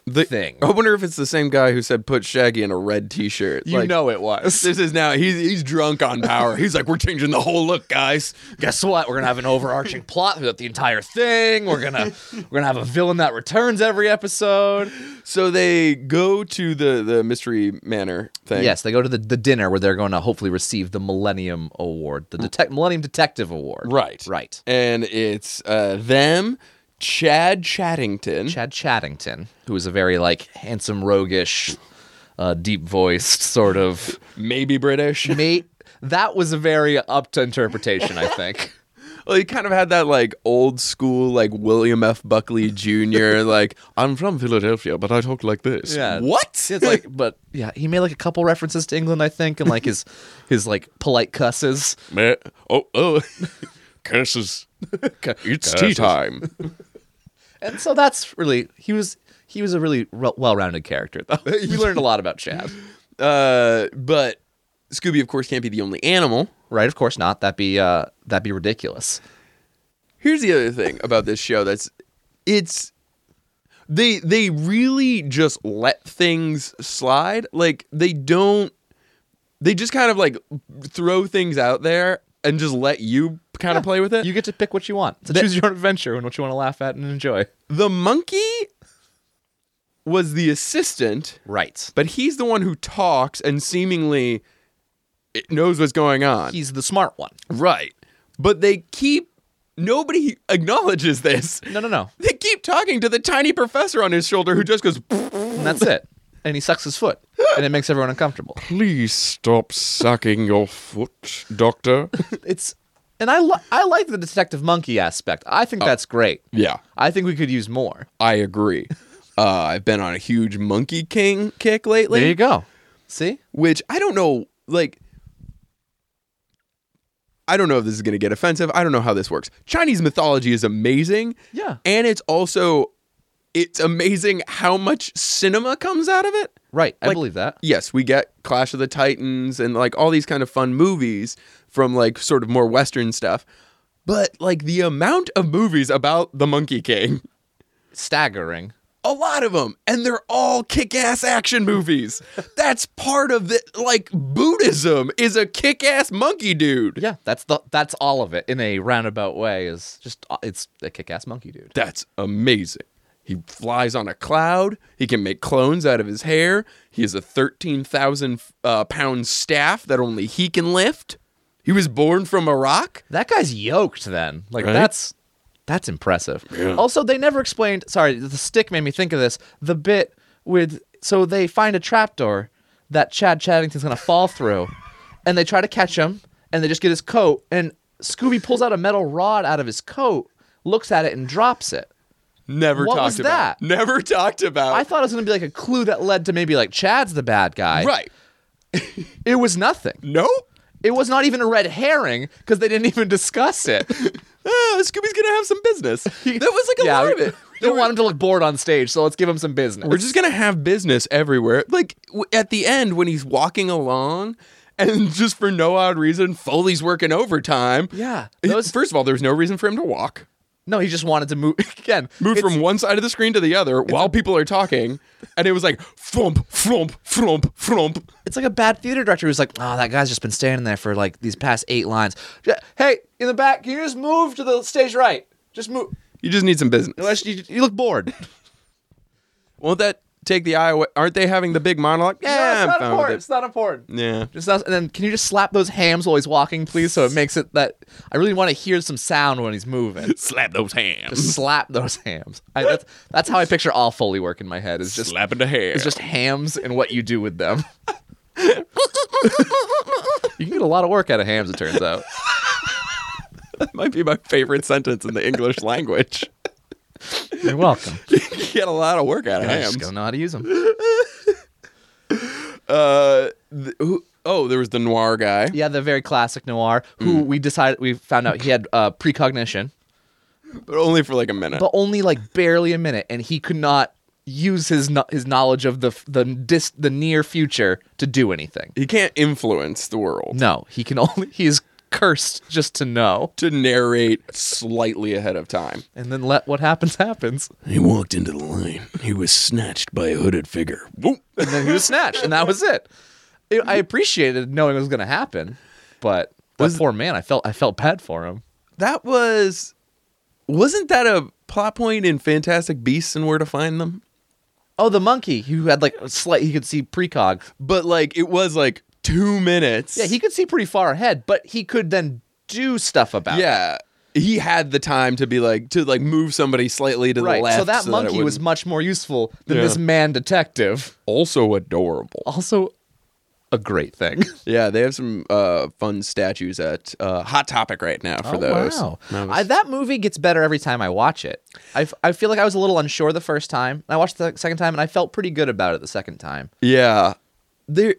Speaker 1: The Oh,
Speaker 3: thing.
Speaker 1: I wonder if it's the same guy who said put Shaggy in a red T-shirt.
Speaker 3: You
Speaker 1: Like,
Speaker 3: know it was.
Speaker 1: This is now he's he's drunk on power. He's like, we're changing the whole look, guys.
Speaker 3: guess what? We're gonna have an overarching plot throughout the entire thing. We're gonna we're gonna have a villain that returns every episode.
Speaker 1: So they go to the the mystery manor thing.
Speaker 3: Yes, they go to the, the dinner where they're going to hopefully receive the Millennium Award, the detec- Millennium Detective Award.
Speaker 1: Mm. Right.
Speaker 3: right.
Speaker 1: And it's uh them, Chad Chattington.
Speaker 3: Chad Chattington, who is a very like handsome, roguish, uh, deep voiced sort of
Speaker 1: maybe British.
Speaker 3: mate. That was a very up to interpretation, I think.
Speaker 1: Well, he kind of had that like old school, like William F. Buckley Jr. like I'm from Philadelphia, but I talk like this.
Speaker 3: Yeah.
Speaker 1: What?
Speaker 3: It's like, but yeah, he made like a couple references to England, I think, and like his his like polite cusses.
Speaker 1: Man, oh oh, curses! It's tea time.
Speaker 3: And so that's really he was he was a really re- well-rounded character though. We learned a lot about Chad.
Speaker 1: Uh, but Scooby, of course, can't be the only animal.
Speaker 3: Right, of course not. That'd be uh that'd be ridiculous.
Speaker 1: Here's the other thing about this show that's it's they they really just let things slide. Like they don't they just kind of like throw things out there and just let you kind of play with it.
Speaker 3: You get to pick what you want. So
Speaker 1: That-
Speaker 3: choose your own adventure and what you want to laugh at and enjoy.
Speaker 1: The monkey was the assistant,
Speaker 3: Right.
Speaker 1: but he's the one who talks and seemingly it knows what's going on.
Speaker 3: He's the smart one.
Speaker 1: right. But they keep nobody acknowledges this.
Speaker 3: No, no, no.
Speaker 1: They keep talking to the tiny professor on his shoulder who just goes,
Speaker 3: And that's it. And he sucks his foot. And it makes everyone uncomfortable.
Speaker 1: "Please stop sucking your foot, doctor."
Speaker 3: It's and I li- I like the detective monkey aspect. I think that's great.
Speaker 1: yeah,
Speaker 3: I think we could use more.
Speaker 1: I agree. Uh, I've been on a huge monkey king kick lately.
Speaker 3: There you go. See?
Speaker 1: which I don't know, like, I don't know if this is going to get offensive. I don't know how this works. Chinese mythology is amazing.
Speaker 3: Yeah.
Speaker 1: And it's also, it's amazing how much cinema comes out of it.
Speaker 3: Right. I
Speaker 1: Like-
Speaker 3: believe that.
Speaker 1: Yes, we get Clash of the Titans and like all these kind of fun movies from like sort of more Western stuff. But like the amount of movies about the Monkey King,
Speaker 3: Staggering.
Speaker 1: a lot of them, and they're all kick-ass action movies. That's part of the like Buddhism is a kick-ass monkey dude.
Speaker 3: Yeah, that's the that's all of it in a roundabout way. Is just it's a kick-ass monkey dude.
Speaker 1: That's amazing. He flies on a cloud. He can make clones out of his hair. He has a 13,000 uh, pound staff that only he can lift. He was born from a rock.
Speaker 3: That guy's yoked. Then like
Speaker 1: Right?
Speaker 3: that's that's impressive. Also, they never explained. Sorry, the stick made me think of this. The bit with so they find a trapdoor that Chad Chattington's gonna fall through, and they try to catch him, and they just get his coat and. Scooby pulls out a metal rod out of his coat, looks at it, and drops it.
Speaker 1: Never
Speaker 3: What
Speaker 1: talked
Speaker 3: was
Speaker 1: about.
Speaker 3: that?
Speaker 1: Never talked about.
Speaker 3: I thought it was going to be like a clue that led to maybe like Chad's the bad guy.
Speaker 1: right.
Speaker 3: It was nothing.
Speaker 1: Nope.
Speaker 3: It was not even a red herring because they didn't even discuss it.
Speaker 1: Oh, Scooby's gonna have some business. That was like a lot of
Speaker 3: we-
Speaker 1: it.
Speaker 3: We don't want him to look bored on stage, so let's give him some business.
Speaker 1: We're just gonna have business everywhere. Like w- at the end when he's walking along, and just for no odd reason, Foley's working overtime.
Speaker 3: Yeah,
Speaker 1: It-
Speaker 3: those-
Speaker 1: First of all, there's no reason for him to walk.
Speaker 3: no, he just wanted to move again.
Speaker 1: Moved
Speaker 3: it's-
Speaker 1: from one side of the screen to the other while people are talking, and it was like flump, flump, flump, flump.
Speaker 3: It's like a bad theater director who's like, oh, that guy's just been standing there for like these past eight lines. Ju- Hey, in the back, can you just move to the stage right? Just move.
Speaker 1: You just need some business.
Speaker 3: Unless you, you look bored.
Speaker 1: Won't that take the eye away? Aren't they having the big monologue?
Speaker 3: No,
Speaker 1: Yeah,
Speaker 3: it's
Speaker 1: I'm fine
Speaker 3: not
Speaker 1: with
Speaker 3: important.
Speaker 1: it.
Speaker 3: It's not important.
Speaker 1: Yeah.
Speaker 3: Just not, and then can you just slap those hams while he's walking, please? So it makes it that I really want to hear some sound when he's moving.
Speaker 1: Slap those hands.
Speaker 3: Just slap those hams. I, that's that's how I picture all Foley work in my head. Is just
Speaker 1: Slapping the hair.
Speaker 3: It's just hams and what you do with them. you can get a lot of work out of hams, it turns out.
Speaker 1: might be my favorite sentence in the English language.
Speaker 3: You're welcome.
Speaker 1: you get a lot of work out of
Speaker 3: I
Speaker 1: hams.
Speaker 3: just don't know how to use them.
Speaker 1: Uh, th- who, oh, there was the noir guy.
Speaker 3: Yeah, the very classic noir who we decided we found out he had uh, precognition,
Speaker 1: but only for like a minute.
Speaker 3: but only like barely a minute, and he could not use his kno- his knowledge of the f- the dis- the near future to do anything.
Speaker 1: he can't influence the world.
Speaker 3: No, he can only he is cursed just to know,
Speaker 1: To narrate slightly ahead of time.
Speaker 3: and then let what happens happens.
Speaker 1: He walked into the line. He was snatched by a hooded figure. Whoop.
Speaker 3: And then he was snatched, and that was it. It- I appreciated knowing it was going to happen, but that poor man, I felt I felt bad for him.
Speaker 1: That was. Wasn't that a plot point in Fantastic Beasts and Where to Find Them?
Speaker 3: Oh, the monkey who had like a slight he could see precog.
Speaker 1: But like, it was like two minutes.
Speaker 3: Yeah, he could see pretty far ahead, but he could then do stuff about it.
Speaker 1: Yeah. He had the time to be like to like move somebody slightly to the
Speaker 3: Right.
Speaker 1: left.
Speaker 3: So that
Speaker 1: it
Speaker 3: monkey was
Speaker 1: wouldn't-
Speaker 3: much more useful than
Speaker 1: Yeah.
Speaker 3: this man detective.
Speaker 1: also adorable.
Speaker 3: Also a great thing.
Speaker 1: Yeah, they have some uh, fun statues at uh, Hot Topic right now for those.
Speaker 3: Oh, Wow.
Speaker 1: That
Speaker 3: I,
Speaker 1: was-
Speaker 3: that movie gets better every time I watch it. I, f- I feel like I was a little unsure the first time. and I watched it the second time and I felt pretty good about it the second time.
Speaker 1: yeah, there.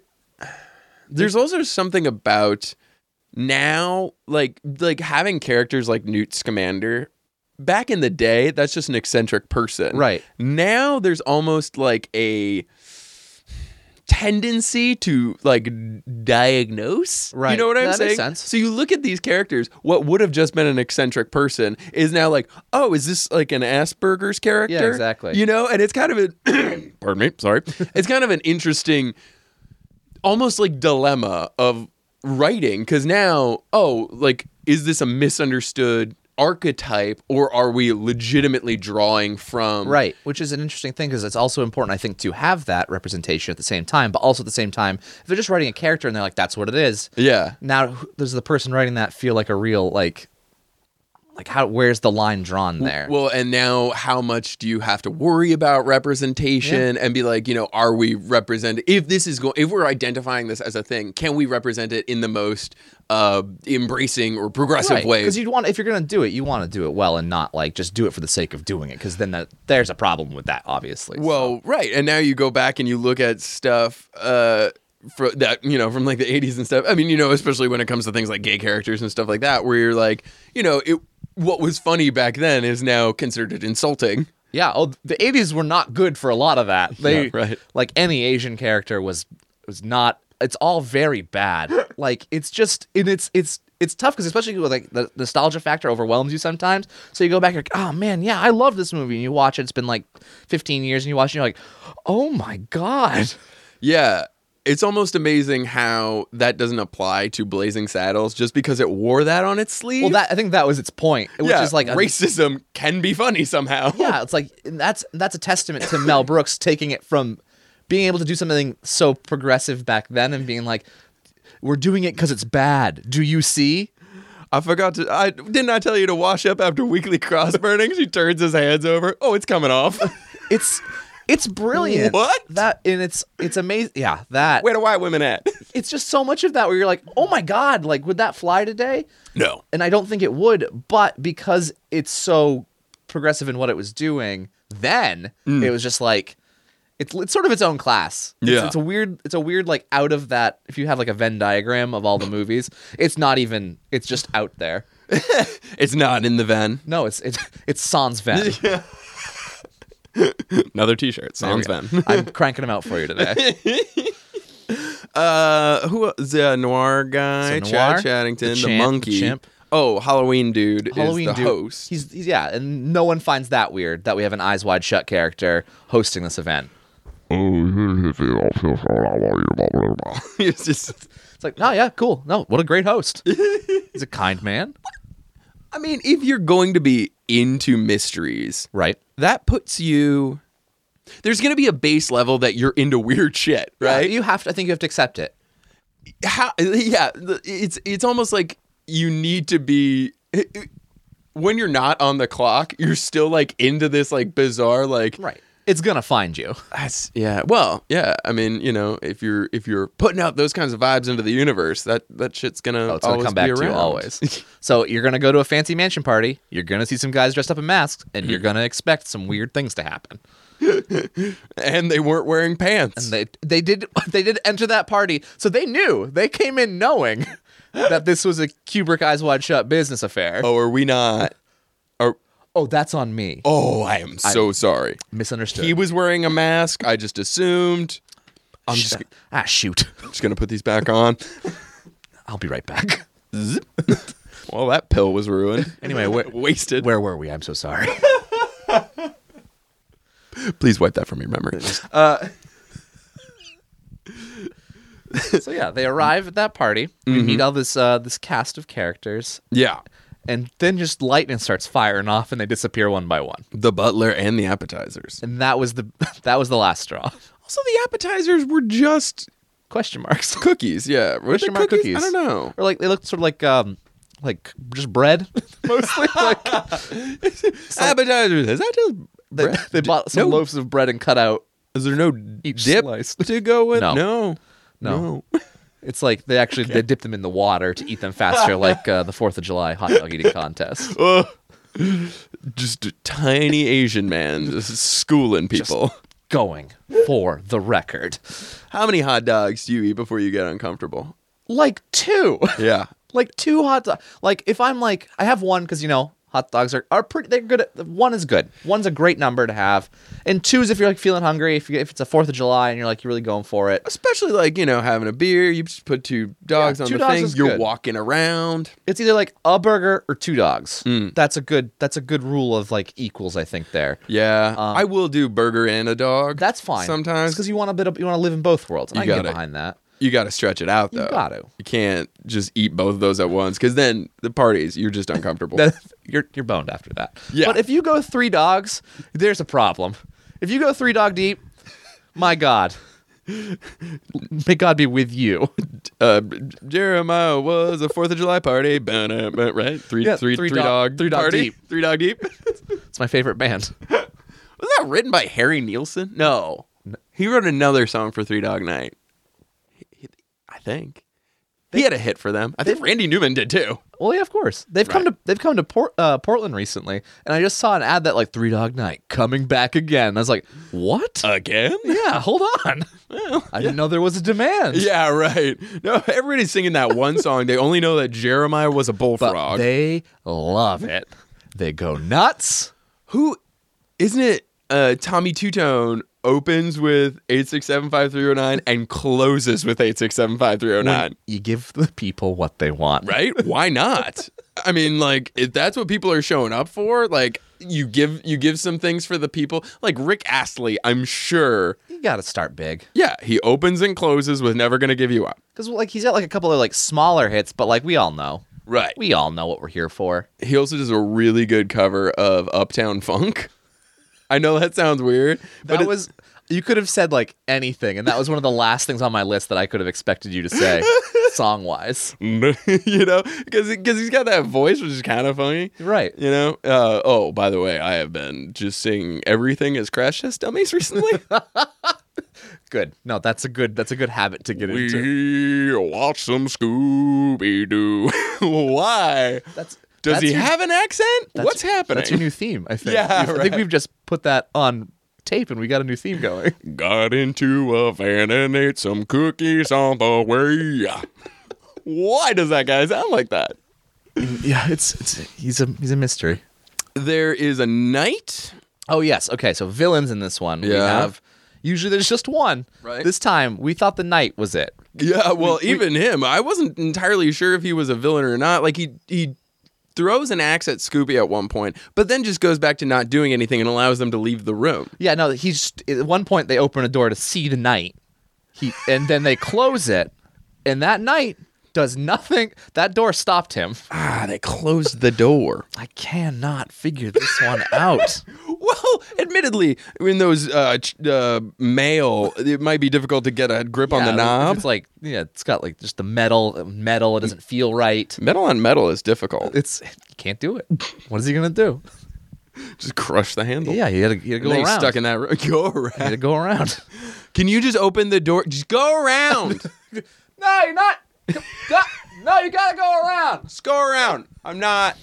Speaker 1: There's also something about now, like like having characters like Newt Scamander. Back in the day, that's just an eccentric person,
Speaker 3: Right.
Speaker 1: Now there's almost like a tendency to like diagnose. You
Speaker 3: Right.
Speaker 1: know what I'm
Speaker 3: That makes
Speaker 1: saying?
Speaker 3: sense.
Speaker 1: So you look at these characters, what would have just been an eccentric person is now like, oh, is this like an Asperger's character?
Speaker 3: Yeah, exactly.
Speaker 1: You know, and it's kind of a pardon me, sorry. it's kind of an interesting almost like dilemma of writing because now, oh, like, is this a misunderstood archetype or are we legitimately drawing from
Speaker 3: Right, which is an interesting thing because it's also important, I think, to have that representation at the same time. But also at the same time, if they're just writing a character and they're like, "That's what it is,"
Speaker 1: Yeah.
Speaker 3: now wh- does the person writing that feel like a real like, like how? Where's the line drawn there?
Speaker 1: Well, and now how much do you have to worry about representation and be like, you know, are we represented? If this is going, if we're identifying this as a thing, can we represent it in the most uh, embracing or progressive way?
Speaker 3: because you'd want if you're gonna do it, you want to do it well and not like just do it for the sake of doing it. Because then that, there's a problem with that, obviously.
Speaker 1: Well, right. And now you go back and you look at stuff uh, fro- that, you know, from like the 80s and stuff. I mean, you know, especially when it comes to things like gay characters and stuff like that, where you're like, you know, it. What was funny back then is now considered insulting.
Speaker 3: yeah. Oh, the '80s were not good for a lot of that. They
Speaker 1: Yeah, right.
Speaker 3: like any Asian character was was not. It's all very bad. like it's just and it's it's it's tough because especially with like the nostalgia factor overwhelms you sometimes. So you go back, you're like, oh man, yeah, I love this movie. And you watch it. It's been like 15 years, and you watch, it, and you're like, oh my god.
Speaker 1: Yeah. It's almost amazing how that doesn't apply to Blazing Saddles just because it wore that on its sleeve.
Speaker 3: Well, that I think that was its point, which
Speaker 1: yeah,
Speaker 3: is like a-
Speaker 1: racism can be funny somehow.
Speaker 3: yeah, it's like and that's that's a testament to Mel Brooks taking it from being able to do something so progressive back then and being like, "We're doing it because it's bad." Do you see?
Speaker 1: I forgot to I didn't I tell you to wash up after weekly cross burnings? he turns his hands over. Oh, it's coming off.
Speaker 3: It's it's brilliant.
Speaker 1: What?
Speaker 3: that and it's it's amazing. Yeah, that
Speaker 1: Where do white women at?
Speaker 3: it's just so much of that where you're like, oh my god, like would that fly today?
Speaker 1: No.
Speaker 3: And I don't think it would, but because it's so progressive in what it was doing, then
Speaker 1: Mm.
Speaker 3: it was just like it's, it's sort of its own class. It's-
Speaker 1: Yeah.
Speaker 3: it's a weird. It's a weird like out of that. If you have like a Venn diagram of all the movies, it's not even. It's just out there.
Speaker 1: It's not in the van.
Speaker 3: No, it's it's it's Sans Venn.
Speaker 1: Another T-shirt. Sans van.
Speaker 3: I'm cranking them out for you today.
Speaker 1: Uh, who the noir guy?
Speaker 3: So Noir,
Speaker 1: Chad Chattington,
Speaker 3: the
Speaker 1: the,
Speaker 3: champ, the
Speaker 1: monkey.
Speaker 3: chimp.
Speaker 1: Oh, Halloween dude
Speaker 3: Halloween
Speaker 1: is the
Speaker 3: dude,
Speaker 1: host.
Speaker 3: He's, he's yeah, and no one finds that weird that we have an eyes wide shut character hosting this event.
Speaker 1: It's just,
Speaker 3: It's like, oh yeah, cool. No, what a great host. he's a kind man,
Speaker 1: I mean, if you're going to be into mysteries,
Speaker 3: right?
Speaker 1: that puts you. There's going to be a base level that you're into weird shit, right?
Speaker 3: You have to. I think you have to accept it.
Speaker 1: how yeah the- it's it's almost like you need to be when you're not on the clock you're still like into this like bizarre like
Speaker 3: Right. It's gonna find you.
Speaker 1: that's yeah well yeah i mean you know if you're if you're putting out those kinds of vibes into the universe that that shit's gonna,
Speaker 3: Oh, it's gonna
Speaker 1: always
Speaker 3: come back
Speaker 1: be
Speaker 3: to you
Speaker 1: around.
Speaker 3: always. so you're gonna go to a fancy mansion party. You're gonna see some guys dressed up in masks, and you're gonna expect some weird things to happen.
Speaker 1: and they weren't wearing pants
Speaker 3: They they did they did enter that party, so they knew they came in knowing that this was a Kubrick eyes wide shut business affair.
Speaker 1: oh are we not are
Speaker 3: Oh, that's on me.
Speaker 1: oh i am so sorry
Speaker 3: Misunderstood.
Speaker 1: he was wearing a mask i just assumed i'm
Speaker 3: Sh-
Speaker 1: just,
Speaker 3: ah, shoot.
Speaker 1: just gonna put these back on
Speaker 3: I'll be right back.
Speaker 1: well that pill was ruined
Speaker 3: Anyway, where,
Speaker 1: wasted
Speaker 3: where were we? I'm so sorry.
Speaker 1: Please wipe that from your memory. Uh,
Speaker 3: so yeah, they arrive at that party. We meet all this uh, this cast of characters,
Speaker 1: yeah.
Speaker 3: and then just lightning starts firing off, and they disappear one by one.
Speaker 1: The butler and the appetizers.
Speaker 3: And that was the that was the last straw.
Speaker 1: Also, the appetizers were just
Speaker 3: Question marks.
Speaker 1: cookies. Yeah. Were
Speaker 3: Question mark cookies.
Speaker 1: I don't know.
Speaker 3: Or like they looked sort of like um like just bread mostly. like
Speaker 1: appetizers. Is that just
Speaker 3: they,
Speaker 1: bread?
Speaker 3: they bought some
Speaker 1: no.
Speaker 3: loaves of bread and cut out.
Speaker 1: Is there no
Speaker 3: Each
Speaker 1: dip
Speaker 3: slice.
Speaker 1: to go with?
Speaker 3: No.
Speaker 1: No.
Speaker 3: No. It's like they actually they dipped them in the water to eat them faster, like uh, the Fourth of July hot dog eating contest.
Speaker 1: Just a tiny Asian man just schooling people.
Speaker 3: Going for the record,
Speaker 1: How many hot dogs do you eat before you get uncomfortable?
Speaker 3: like two.
Speaker 1: Yeah.
Speaker 3: like two hot dogs. Like if I'm like I have one because you know hot dogs are are pretty. They're good. At, one is good. One's a great number to have, and two is if you're like feeling hungry. If you, if it's a Fourth of July and you're like you're really going for it,
Speaker 1: Especially like, you know, having a beer. You just put two dogs
Speaker 3: Yeah,
Speaker 1: on
Speaker 3: two
Speaker 1: the
Speaker 3: dogs
Speaker 1: thing.
Speaker 3: is
Speaker 1: You're
Speaker 3: good.
Speaker 1: walking around.
Speaker 3: it's either like a burger or two dogs.
Speaker 1: Hmm.
Speaker 3: That's a good that's a good rule of like equals. I think there.
Speaker 1: Yeah. I will do burger and a dog.
Speaker 3: Um, That's fine.
Speaker 1: Sometimes.
Speaker 3: because you want a bit of you want to live in both worlds. And
Speaker 1: You
Speaker 3: I can get
Speaker 1: gotta-
Speaker 3: behind that.
Speaker 1: you got to stretch it out though.
Speaker 3: got to.
Speaker 1: You can't just eat both of those at once because then the parties you're just uncomfortable.
Speaker 3: Then you're you're boned after that.
Speaker 1: Yeah.
Speaker 3: But if you go three dogs, there's a problem. If you go three dog deep, my God. May God be with you.
Speaker 1: uh, Jeremiah was a Fourth of July party, Ba-na- ba- right? Three,
Speaker 3: Yeah,
Speaker 1: three,
Speaker 3: three
Speaker 1: three
Speaker 3: dog-
Speaker 1: dog,
Speaker 3: three dog
Speaker 1: party?
Speaker 3: deep.
Speaker 1: three dog deep.
Speaker 3: It's my favorite band.
Speaker 1: was that written by Harry Nielsen? No, he wrote another song for Three Dog Night. He- I think he had a hit for them. I think Randy Newman did too.
Speaker 3: Well, yeah, of course. They've come to they've come to Port, uh, Portland recently, and I just saw an ad that like Three Dog Night coming back again. I was like, what?
Speaker 1: Again?
Speaker 3: yeah, hold on. I didn't know there was a demand.
Speaker 1: Yeah, right. No, everybody's singing that one song. They only know that Jeremiah was a
Speaker 3: but
Speaker 1: bullfrog.
Speaker 3: they love it. They go nuts.
Speaker 1: Who isn't it? Uh, Tommy Two Tone opens with eight six seven five three zero nine and closes with eight six seven five three zero nine.
Speaker 3: You give the people what they want.
Speaker 1: Right? Why not? I mean, like if that's what people are showing up for, like you give you give some things for the people. Like Rick Astley, I'm sure.
Speaker 3: You got to start big.
Speaker 1: Yeah, he opens and closes with "Never Gonna Give You Up."
Speaker 3: Because like he's got like a couple of like smaller hits, but like we all know,
Speaker 1: Right.
Speaker 3: we all know what we're here for.
Speaker 1: He also does a really good cover of Uptown Funk. I know that sounds weird, but
Speaker 3: That
Speaker 1: it-
Speaker 3: was you could have said like anything, and that was one of the last things on my list that I could have expected you to say, song wise.
Speaker 1: you know, because because he's got that voice, which is kind of funny,
Speaker 3: Right.
Speaker 1: You know. Uh, oh, by the way, I have been just singing everything as crash test dummies recently.
Speaker 3: Good. No, that's a good that's a good habit to get into.
Speaker 1: We watch some Scooby Doo. Why?
Speaker 3: That's
Speaker 1: Does
Speaker 3: that's
Speaker 1: he
Speaker 3: your-
Speaker 1: have an accent?
Speaker 3: that's-
Speaker 1: What's happening?
Speaker 3: That's your new theme, I think.
Speaker 1: Yeah,
Speaker 3: I think
Speaker 1: right.
Speaker 3: we've just put that on tape and we got a new theme going.
Speaker 1: Got into a van and ate some cookies on the way. Why does that guy sound like that?
Speaker 3: yeah, it's it's he's a he's a mystery.
Speaker 1: There is a knight.
Speaker 3: Oh yes. Okay. So villains in this one. We
Speaker 1: Yeah.
Speaker 3: have usually there's just one.
Speaker 1: Right.
Speaker 3: This time we thought the knight was it.
Speaker 1: Yeah, well, even him. I wasn't entirely sure if he was a villain or not. Like he he throws an axe at Scooby at one point, but then just goes back to not doing anything and allows them to leave the room.
Speaker 3: Yeah. No. He's at one point they open a door to see the knight. He and then they close it, and that knight does nothing. That door stopped him.
Speaker 1: Ah, they closed the door.
Speaker 3: I cannot figure this one out.
Speaker 1: Well, admittedly, in those uh, ch- uh, mail, it might be difficult to get a grip on
Speaker 3: Yeah,
Speaker 1: the
Speaker 3: if
Speaker 1: knob.
Speaker 3: It's like yeah, it's got like just the metal. Metal. It doesn't feel right.
Speaker 1: metal on metal is difficult.
Speaker 3: It's you can't do it. What is he gonna do?
Speaker 1: just crush the handle.
Speaker 3: Yeah, you gotta, you gotta
Speaker 1: and
Speaker 3: go
Speaker 1: then he's
Speaker 3: around.
Speaker 1: stuck in that room. Go
Speaker 3: you gotta
Speaker 1: around.
Speaker 3: go around.
Speaker 1: Can you just open the door? Just go around.
Speaker 3: No, you're not. No, you gotta go around.
Speaker 1: just go around. I'm not.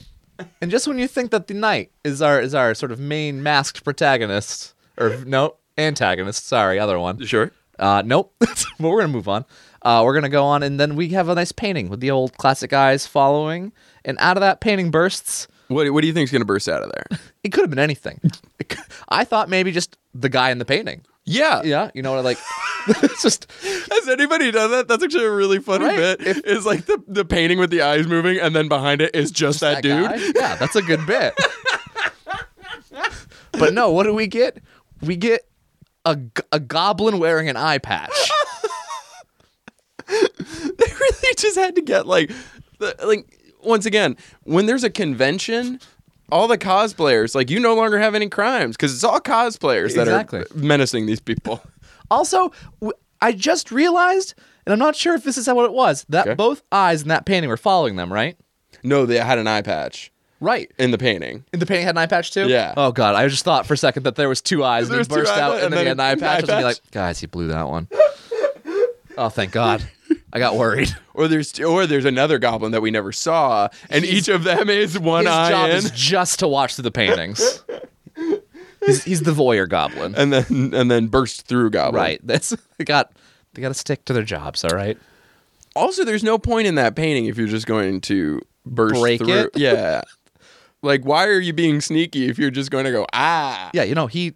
Speaker 3: And just when you think that the knight is our is our sort of main masked protagonist, or no antagonist, sorry, other one.
Speaker 1: Sure.
Speaker 3: Uh, nope. but we're gonna move on. Uh, we're gonna go on, and then we have a nice painting with the old classic eyes following, and out of that painting bursts.
Speaker 1: What What do you think's gonna burst out of there?
Speaker 3: It could have been anything. It cou- I thought maybe just the guy in the painting.
Speaker 1: Yeah.
Speaker 3: Yeah, you know, like it's just
Speaker 1: Has anybody done that? That's actually a really funny
Speaker 3: Right.
Speaker 1: bit. It's like the, the painting with the eyes moving, and then behind it is just, that, dude.
Speaker 3: guy? Yeah, that's a good bit. but no, what do we get? We get a, g- a goblin wearing an eye patch.
Speaker 1: They really just had to get like, the, like once again, when there's a convention, all the cosplayers like you no longer have any crimes because it's all cosplayers that
Speaker 3: Exactly.
Speaker 1: are menacing these people.
Speaker 3: Also, w- I just realized, and I'm not sure if this is what it was, that
Speaker 1: Okay.
Speaker 3: both eyes in that painting were following them, right?
Speaker 1: No, they had an eye patch
Speaker 3: Right.
Speaker 1: in the painting.
Speaker 3: And the painting had an eye patch too?
Speaker 1: Yeah.
Speaker 3: Oh, God. I just thought for a second that there was two eyes and
Speaker 1: There
Speaker 3: it
Speaker 1: was two
Speaker 3: burst
Speaker 1: eye-
Speaker 3: out and,
Speaker 1: and
Speaker 3: then he
Speaker 1: then
Speaker 3: had an eye
Speaker 1: an
Speaker 3: patch.
Speaker 1: eye
Speaker 3: I was gonna be
Speaker 1: patch.
Speaker 3: like, guys, he blew that one. oh, thank God. I got worried.
Speaker 1: Or there's or there's another goblin that we never saw, and each of them is one
Speaker 3: His
Speaker 1: eye
Speaker 3: job
Speaker 1: in.
Speaker 3: is just to watch through the paintings. he's, he's the voyeur goblin,
Speaker 1: and then and then burst through goblin.
Speaker 3: right? That's they got. They got to stick to their jobs. All right.
Speaker 1: Also, there's no point in that painting if you're just going to burst
Speaker 3: Break
Speaker 1: through.
Speaker 3: it?
Speaker 1: Yeah. Like, why are you being sneaky if you're just going to go ah?
Speaker 3: Yeah, you know he.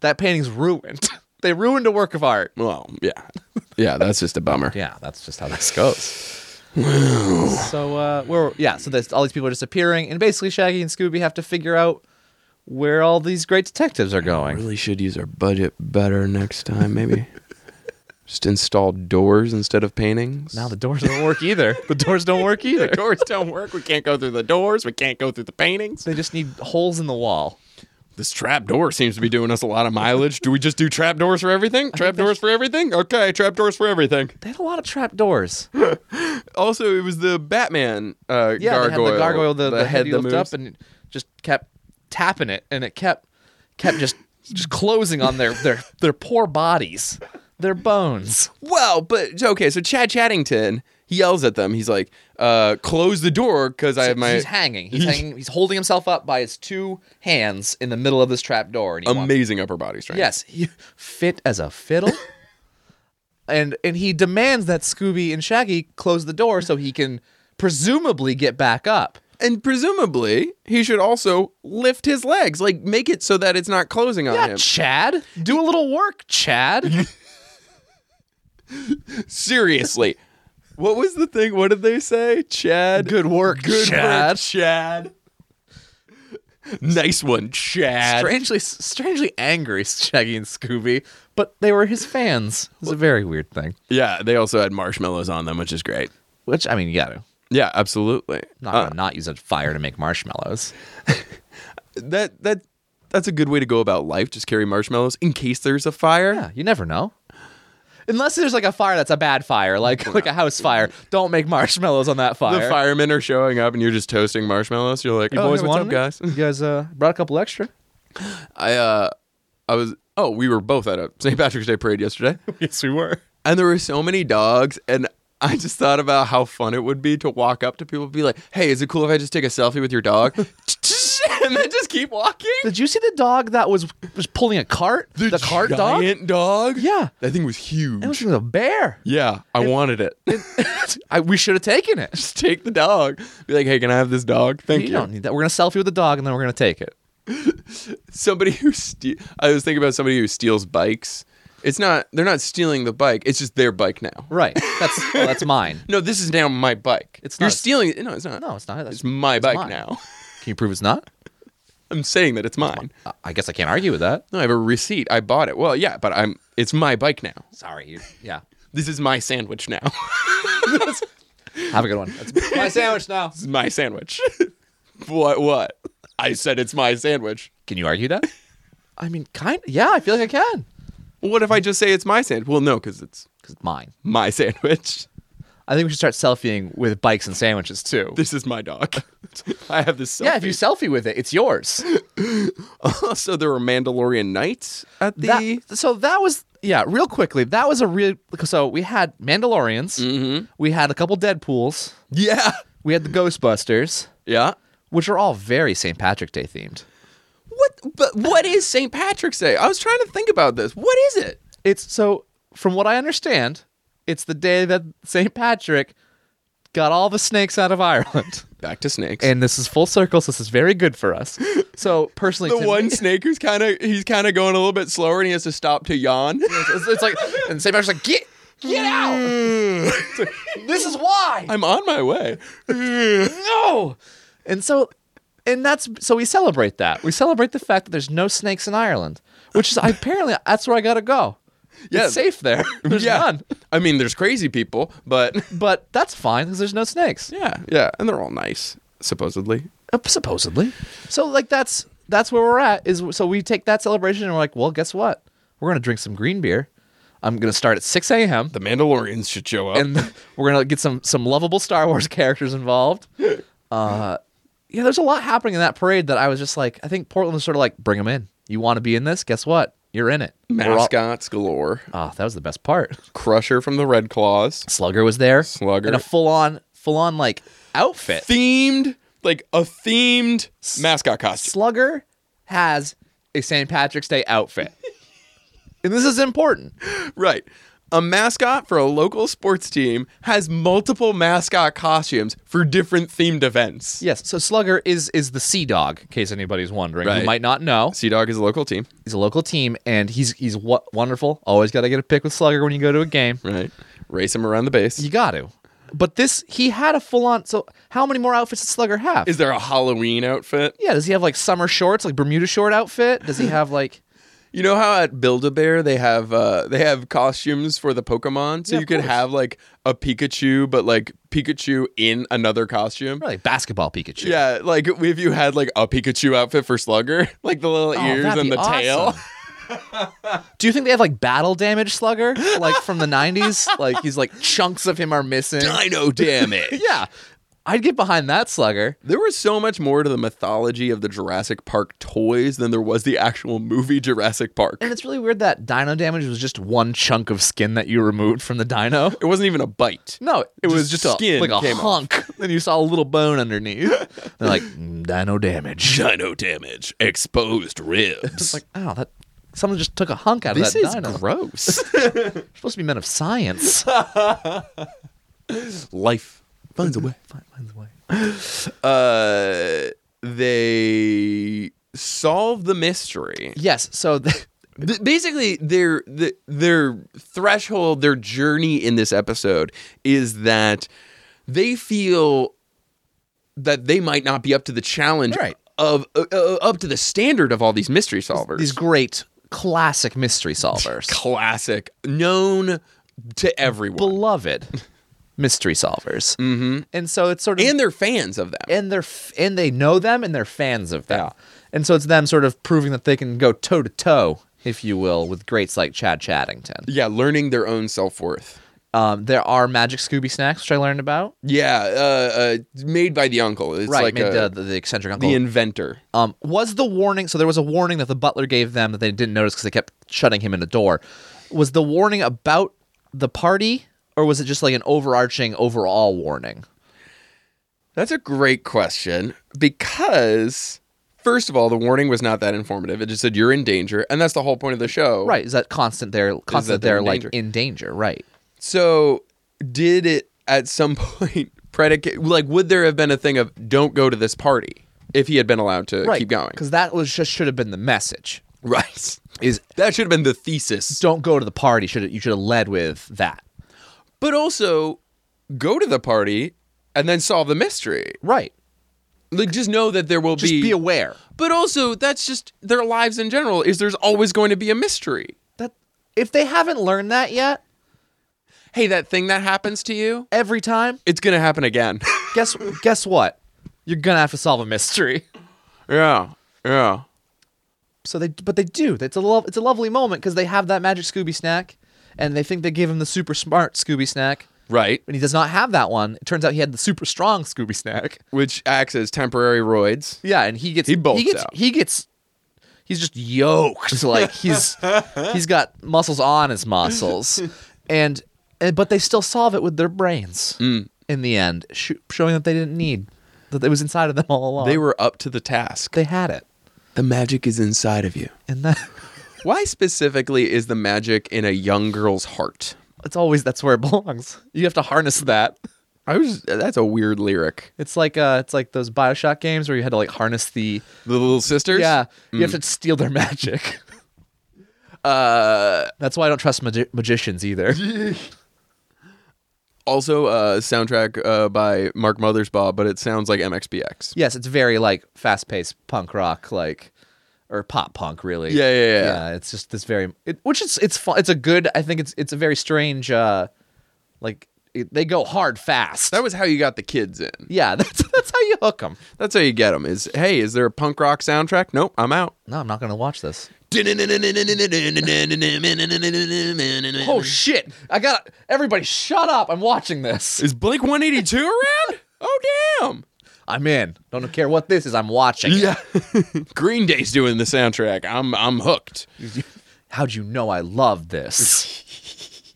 Speaker 3: That painting's ruined. they ruined a work of art.
Speaker 1: Well, yeah, yeah. That's just a bummer.
Speaker 3: Yeah, that's just how this goes. so uh, we're yeah. So there's all these people are disappearing, and basically Shaggy and Scooby have to figure out where all these great detectives are going.
Speaker 1: Really should use our budget better next time, maybe. just install doors instead of paintings.
Speaker 3: Now the doors don't work either. The doors don't work either.
Speaker 1: doors don't work. We can't go through the doors. We can't go through the paintings.
Speaker 3: They just need holes in the wall.
Speaker 1: This trap door seems to be doing us a lot of mileage. Do we just do trap doors for everything? Trap doors for everything? Okay, trap doors for everything.
Speaker 3: They had a lot of trap doors.
Speaker 1: Also, it was the Batman uh,
Speaker 3: yeah,
Speaker 1: gargoyle.
Speaker 3: they had the gargoyle, the, the, head,
Speaker 1: that
Speaker 3: that lifted
Speaker 1: moves.
Speaker 3: up, and it just kept tapping it, and it kept kept just just closing on their their their poor bodies, their bones.
Speaker 1: Well, but okay, so Chad Chattington he yells at them. He's like, uh, "Close the door because I have my
Speaker 3: he's hanging. He's hanging. He's holding himself up by his two hands in the middle of this trap door. And he wants-
Speaker 1: amazing upper body strength."
Speaker 3: yes, he fit as a fiddle. and and he demands that Scooby and Shaggy close the door so he can presumably get back up.
Speaker 1: and presumably he should also lift his legs, like make it so that it's not closing on
Speaker 3: Yeah,
Speaker 1: him.
Speaker 3: Chad, do a little work, Chad.
Speaker 1: Seriously, what was the thing? What did they say, Chad?
Speaker 3: Good work,
Speaker 1: Good
Speaker 3: Chad.
Speaker 1: work, Chad. Nice one, Chad.
Speaker 3: strangely strangely angry Shaggy and Scooby, but they were his fans. It was a very weird thing.
Speaker 1: yeah, they also had marshmallows on them, which is great.
Speaker 3: Which I mean, you gotta
Speaker 1: Yeah, absolutely.
Speaker 3: not
Speaker 1: Uh,
Speaker 3: gonna not use a fire to make marshmallows.
Speaker 1: that that that's a good way to go about life. Just carry marshmallows in case there's a fire.
Speaker 3: Yeah, you never know. Unless there's like a fire that's a bad fire, like like a house fire. Don't make marshmallows on that fire.
Speaker 1: The firemen are showing up, and you're just toasting marshmallows. You're like,
Speaker 3: You uh,
Speaker 1: "Oh,
Speaker 3: boys
Speaker 1: hey, what's
Speaker 3: want
Speaker 1: up,
Speaker 3: them?
Speaker 1: guys?"
Speaker 3: You guys uh, brought a couple extra.
Speaker 1: I uh, I was Oh, we were both at a St. Patrick's Day parade yesterday.
Speaker 3: yes, we were.
Speaker 1: and there were so many dogs and I just thought about how fun it would be to walk up to people and be like, "Hey, is it cool if I just take a selfie with your dog?" and then just keep walking.
Speaker 3: Did you see the dog that was was pulling a cart? The, cart dog. It
Speaker 1: giant dog.
Speaker 3: Yeah.
Speaker 1: that thing was huge.
Speaker 3: was a bear.
Speaker 1: yeah, I wanted it.
Speaker 3: I, we should have taken it.
Speaker 1: just take the dog. Be like, "Hey, can I have this dog?" Thank
Speaker 3: you
Speaker 1: you.
Speaker 3: don't need that. We're gonna selfie with the dog and then we're gonna take it.
Speaker 1: Somebody who ste- I was thinking about somebody who steals bikes. It's not they're not stealing the bike. It's just their bike now.
Speaker 3: Right. That's well, that's mine.
Speaker 1: No, this is now my bike.
Speaker 3: It's
Speaker 1: You're
Speaker 3: not-
Speaker 1: stealing it. No, it's not.
Speaker 3: No, it's not. That's-
Speaker 1: It's my bike
Speaker 3: mine.
Speaker 1: now.
Speaker 3: Can you prove it's not?
Speaker 1: I'm saying that it's mine.
Speaker 3: I- I guess I can't argue with that.
Speaker 1: No, I have a receipt. I bought it. Well, yeah, but I'm it's my bike now.
Speaker 3: Sorry. You, yeah.
Speaker 1: This is my sandwich now.
Speaker 3: Have a good one. That's my sandwich now.
Speaker 1: this is my sandwich. what what? I said it's my sandwich.
Speaker 3: Can you argue that? I mean, kind. Yeah, I feel like I can.
Speaker 1: What if I just say it's my sandwich? Well, no, cuz it's
Speaker 3: Cause it's mine.
Speaker 1: my sandwich.
Speaker 3: I think we should start selfieing with bikes and sandwiches too.
Speaker 1: This is my dog. I have this selfie.
Speaker 3: yeah, if you selfie with it, it's yours.
Speaker 1: also there were Mandalorian knights at the
Speaker 3: That- so that was yeah. Real quickly, that was a real. So we had Mandalorians. We had a couple Deadpool's.
Speaker 1: Yeah.
Speaker 3: We had the Ghostbusters,
Speaker 1: Yeah.
Speaker 3: which are all very St. Patrick Day themed.
Speaker 1: What but what is St. Patrick's Day? I was trying to think about this. What is it?
Speaker 3: It's so from what I understand, it's the day that St. Patrick got all the snakes out of Ireland.
Speaker 1: Back to snakes.
Speaker 3: And this is full circle, so this is very good for us. So personally,
Speaker 1: the
Speaker 3: to
Speaker 1: one
Speaker 3: me-
Speaker 1: snake who's kind of he's kind of going a little bit slower and he has to stop to yawn.
Speaker 3: it's, it's like, and St. Patrick's like, get get out. It's like, Mm. this is why.
Speaker 1: I'm on my way.
Speaker 3: no. And so, and that's so we celebrate that. We celebrate the fact that there's no snakes in Ireland, which is apparently that's where I gotta go.
Speaker 1: Yeah.
Speaker 3: It's safe there. There's none.
Speaker 1: I mean, there's crazy people, but
Speaker 3: But that's fine because there's no snakes.
Speaker 1: yeah, yeah, and they're all nice supposedly.
Speaker 3: Uh, supposedly. So like that's that's where we're at. Is so we take that celebration and we're like, well, guess what? We're gonna drink some green beer. I'm gonna start at 6 a.m.
Speaker 1: The Mandalorians should show up.
Speaker 3: and we're gonna get some some lovable Star Wars characters involved. Uh, yeah, there's a lot happening in that parade that I was just like, I think Portland was sort of like, bring them in. You want to be in this? Guess what? You're in it. We're all-
Speaker 1: Mascots galore.
Speaker 3: Ah, that was the best part.
Speaker 1: Crusher from the Red Claws.
Speaker 3: Slugger was there.
Speaker 1: Slugger.
Speaker 3: in a full on full on like outfit.
Speaker 1: Themed like a themed mascot costume.
Speaker 3: Slugger has a St. Patrick's Day outfit. And this is important.
Speaker 1: Right. A mascot for a local sports team has multiple mascot costumes for different themed events.
Speaker 3: Yes. So Slugger is is the Sea Dog, in case anybody's wondering.
Speaker 1: Right.
Speaker 3: You might not know.
Speaker 1: Sea Dog is a local team.
Speaker 3: He's a local team, and he's he's w- wonderful. Always got to get a pick with Slugger when you go to a game.
Speaker 1: Right. Race him around the base.
Speaker 3: You got to. But this, he had a full on. So how many more outfits does Slugger have?
Speaker 1: Is there a Halloween outfit?
Speaker 3: yeah, does he have like summer shorts, like Bermuda short outfit? Does he have like?
Speaker 1: You know how at Build a Bear they have uh, they have costumes for the Pokemon, so
Speaker 3: Yeah,
Speaker 1: you
Speaker 3: of
Speaker 1: could
Speaker 3: course.
Speaker 1: have like a Pikachu, but like Pikachu in another costume.
Speaker 3: Probably like basketball Pikachu.
Speaker 1: Yeah, like if you had like a Pikachu outfit for Slugger, like the little
Speaker 3: Oh,
Speaker 1: ears
Speaker 3: that'd
Speaker 1: and
Speaker 3: be
Speaker 1: the tail.
Speaker 3: awesome. Do you think they have like battle damage Slugger, like from the '90s? Like he's like chunks of him are missing.
Speaker 1: Dino damage.
Speaker 3: Yeah, I'd get behind that Slugger.
Speaker 1: There was so much more to the mythology of the Jurassic Park toys than there was the actual movie Jurassic Park.
Speaker 3: And it's really weird that Dino damage was just one chunk of skin that you removed from the Dino.
Speaker 1: It wasn't even a bite.
Speaker 3: No, it was just,
Speaker 1: just
Speaker 3: a,
Speaker 1: skin
Speaker 3: like a
Speaker 1: came off.
Speaker 3: hunk. Then you saw a little bone underneath. They're like "Mm, dino damage.
Speaker 1: Dino damage, exposed ribs.
Speaker 3: It's like, oh, that someone just took a hunk out
Speaker 1: this
Speaker 3: of that
Speaker 1: is
Speaker 3: dino.
Speaker 1: gross.
Speaker 3: supposed to be men of science.
Speaker 1: Life finds a way.
Speaker 3: Fine, mine's away.
Speaker 1: Uh, they solve the mystery.
Speaker 3: yes, so the,
Speaker 1: Th- basically, their th- their threshold, their journey in this episode is that they feel that they might not be up to the challenge
Speaker 3: Right.
Speaker 1: of uh, uh, up to the standard of all these mystery solvers.
Speaker 3: these great classic mystery solvers,
Speaker 1: classic, known to everyone,
Speaker 3: beloved mystery solvers, mm-hmm. and so it's sort of
Speaker 1: and they're fans of them.
Speaker 3: and they're f- and they know them and they're fans of them. And so it's them sort of proving that they can go toe to toe, if you will, with greats like Chad Chaddington.
Speaker 1: yeah, learning their own self worth.
Speaker 3: Um, there are magic Scooby snacks, which I learned about.
Speaker 1: Yeah, uh, uh, made by the uncle. It's
Speaker 3: right,
Speaker 1: like
Speaker 3: made
Speaker 1: a-
Speaker 3: the, the, the eccentric uncle.
Speaker 1: the inventor.
Speaker 3: um, was the warning? So there was a warning that the butler gave them that they didn't notice because they kept shutting him in a door. Was the warning about the party, or was it just like an overarching overall warning?
Speaker 1: That's a great question because first of all, the warning was not that informative. It just said you're in danger, and that's the whole point of the show.
Speaker 3: Right? Is that constant? They're constant.
Speaker 1: that
Speaker 3: that they're,
Speaker 1: they're in
Speaker 3: like
Speaker 1: danger.
Speaker 3: in danger. Right?
Speaker 1: So, did it at some point predicate like would there have been a thing of don't go to this party if he had been allowed to
Speaker 3: Right.
Speaker 1: keep going?
Speaker 3: because that was just should have been the message.
Speaker 1: Right. Is that should have been the thesis.
Speaker 3: Don't go to the party. Should you should have led with that?
Speaker 1: But also go to the party and then solve the mystery.
Speaker 3: Right.
Speaker 1: Like just know that there will
Speaker 3: Just be aware.
Speaker 1: But also that's just their lives in general is there's always going to be a mystery.
Speaker 3: that if they haven't learned that yet,
Speaker 1: Hey, that thing that happens to you,
Speaker 3: every time,
Speaker 1: it's going to happen again.
Speaker 3: guess guess what? You're gonna have to solve a mystery.
Speaker 1: yeah. Yeah.
Speaker 3: So they, but they do. It's a love. It's a lovely moment because they have that magic Scooby snack, and they think they give him the super smart Scooby snack,
Speaker 1: Right.
Speaker 3: and he does not have that one. It turns out he had the super strong Scooby snack.
Speaker 1: Which acts as temporary roids.
Speaker 3: Yeah, and he gets
Speaker 1: He bolts
Speaker 3: gets
Speaker 1: out.
Speaker 3: he gets he's just yoked like he's he's got muscles on his muscles, and, and but they still solve it with their brains in the end, sh- showing that they didn't need that it was inside of them all along.
Speaker 1: They were up to the task.
Speaker 3: they had it,
Speaker 1: the magic is inside of you.
Speaker 3: and that
Speaker 1: Why specifically is the magic in a young girl's heart?
Speaker 3: it's always that's where it belongs. You have to harness that.
Speaker 1: I was that's a weird lyric.
Speaker 3: It's like uh, it's like those Bioshock games where you had to like harness the
Speaker 1: The little sisters?
Speaker 3: yeah. You
Speaker 1: Mm.
Speaker 3: have to steal their magic. uh, that's why I don't trust magi- magicians either.
Speaker 1: Also uh soundtrack uh by Mark Mothersbaugh, but it sounds like MXPX.
Speaker 3: yes, it's very like fast paced punk rock, like or pop punk, really.
Speaker 1: Yeah, yeah, yeah.
Speaker 3: it's just this very, it, which is it's fun. It's a good. I think it's it's a very strange. uh Like it, they go hard fast.
Speaker 1: That was how you got the kids in.
Speaker 3: yeah. That's that's how you hook them.
Speaker 1: That's how you get them. Is hey, is there a punk rock soundtrack? Nope, I'm out.
Speaker 3: No, I'm not gonna watch this. Oh
Speaker 1: Oh, sh-
Speaker 3: shit! I got everybody. Shut up! I'm watching this.
Speaker 1: is Blink 182 around? Oh damn!
Speaker 3: I'm in. Don't care what this is. I'm watching. it.
Speaker 1: Green Day's doing the soundtrack. I'm I'm hooked.
Speaker 3: How'd you know I love this?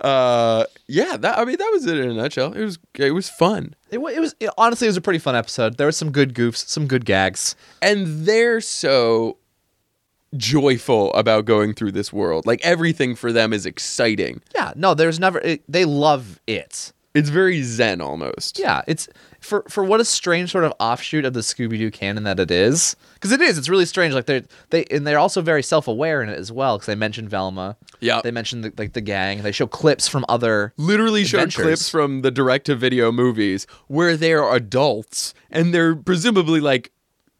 Speaker 1: Uh, yeah. That I mean, that was it in a nutshell. It was it was fun.
Speaker 3: it, wa- it was it- honestly, it was a pretty fun episode. There was some good goofs, some good gags.
Speaker 1: and they're so joyful about going through this world. Like everything for them is exciting.
Speaker 3: Yeah. No, there's never. It, they love it.
Speaker 1: It's very zen almost.
Speaker 3: Yeah. It's for for what a strange sort of offshoot of the Scooby Doo canon that it is. Because it is. It's really strange. Like they're they and they're also very self aware in it as well. Because they mentioned Velma.
Speaker 1: Yeah.
Speaker 3: They mentioned the, like the gang. They show clips from other.
Speaker 1: Literally showed
Speaker 3: Adventures.
Speaker 1: clips from the direct to video movies where they are adults and they're presumably like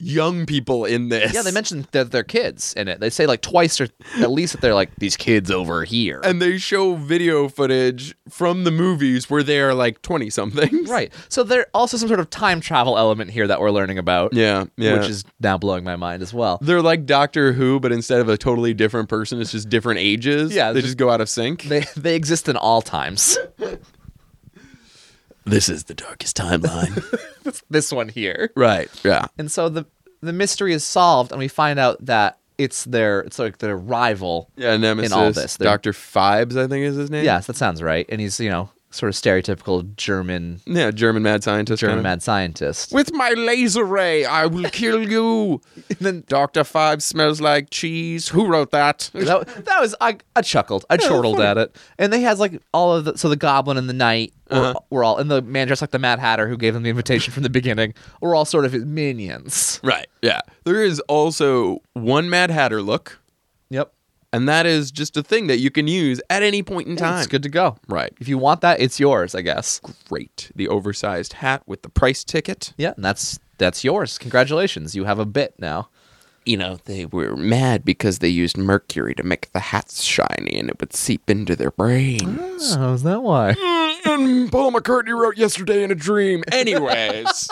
Speaker 1: young people in this.
Speaker 3: Yeah, they mentioned that they're kids in it. They say like twice or at least that they're like these kids over here.
Speaker 1: and they show video footage from the movies where they are like 20 something.
Speaker 3: Right. So there also some sort of time travel element here that we're learning about.
Speaker 1: Yeah. Yeah.
Speaker 3: Which is now blowing my mind as well.
Speaker 1: they're like Doctor Who, but instead of a totally different person, it's just different ages.
Speaker 3: Yeah,
Speaker 1: They
Speaker 3: just-
Speaker 1: just go out of sync.
Speaker 3: They they exist in all times.
Speaker 1: this is the darkest timeline.
Speaker 3: this one here.
Speaker 1: right. Yeah.
Speaker 3: And so the the mystery is solved and we find out that it's their it's like their rival.
Speaker 1: Yeah, Nemesis.
Speaker 3: all this, they're-
Speaker 1: Dr. Fibes, I think is his name.
Speaker 3: Yes, that sounds right. And he's, you know, sort of stereotypical German
Speaker 1: Yeah, German mad scientist.
Speaker 3: German
Speaker 1: kinda.
Speaker 3: mad scientist.
Speaker 1: With my laser ray, I will kill you.
Speaker 3: then-
Speaker 1: Dr. Fibes smells like cheese. Who wrote that?
Speaker 3: that, that was I, I chuckled I chortled at it and they has like all of the so the goblin and the knight were, were all and the man dressed like the Mad Hatter who gave them the invitation from the beginning were all sort of his minions
Speaker 1: right. Yeah. There is also one Mad Hatter look,
Speaker 3: yep
Speaker 1: and that is just a thing that you can use at any point in time.
Speaker 3: it's good to go
Speaker 1: Right.
Speaker 3: if you want that it's yours I guess
Speaker 1: Great. The oversized hat with the price ticket.
Speaker 3: yeah and that's that's yours congratulations you have a bit now
Speaker 1: You know, they were mad because they used mercury to make the hats shiny and it would seep into their brains. Mm,
Speaker 3: oh is that why
Speaker 1: and Paul McCartney wrote yesterday in a dream. Anyways,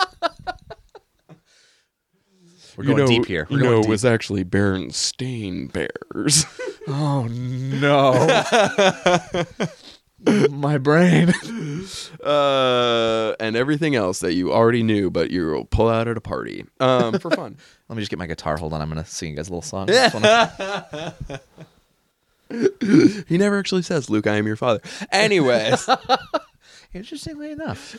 Speaker 3: we're going deep here we're going
Speaker 1: no,
Speaker 3: deep.
Speaker 1: it was actually Baron Stain Bears.
Speaker 3: no my brain.
Speaker 1: uh, and everything else that you already knew, but you'll pull out at a party um, for fun.
Speaker 3: Let me just get my guitar. Hold on. I'm going to sing you guys a little song.
Speaker 1: He never actually says, "Luke, I am your father." Anyways,
Speaker 3: Interestingly enough.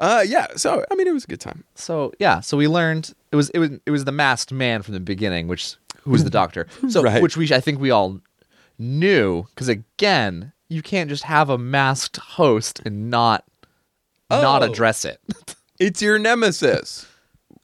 Speaker 1: uh, yeah. So I mean, it was a good time.
Speaker 3: So yeah, so we learned it was it was it was the masked man from the beginning, which who was the doctor. So
Speaker 1: Right.
Speaker 3: which we I think we all knew because again, you can't just have a masked host and not not
Speaker 1: Oh.
Speaker 3: address it.
Speaker 1: It's your nemesis.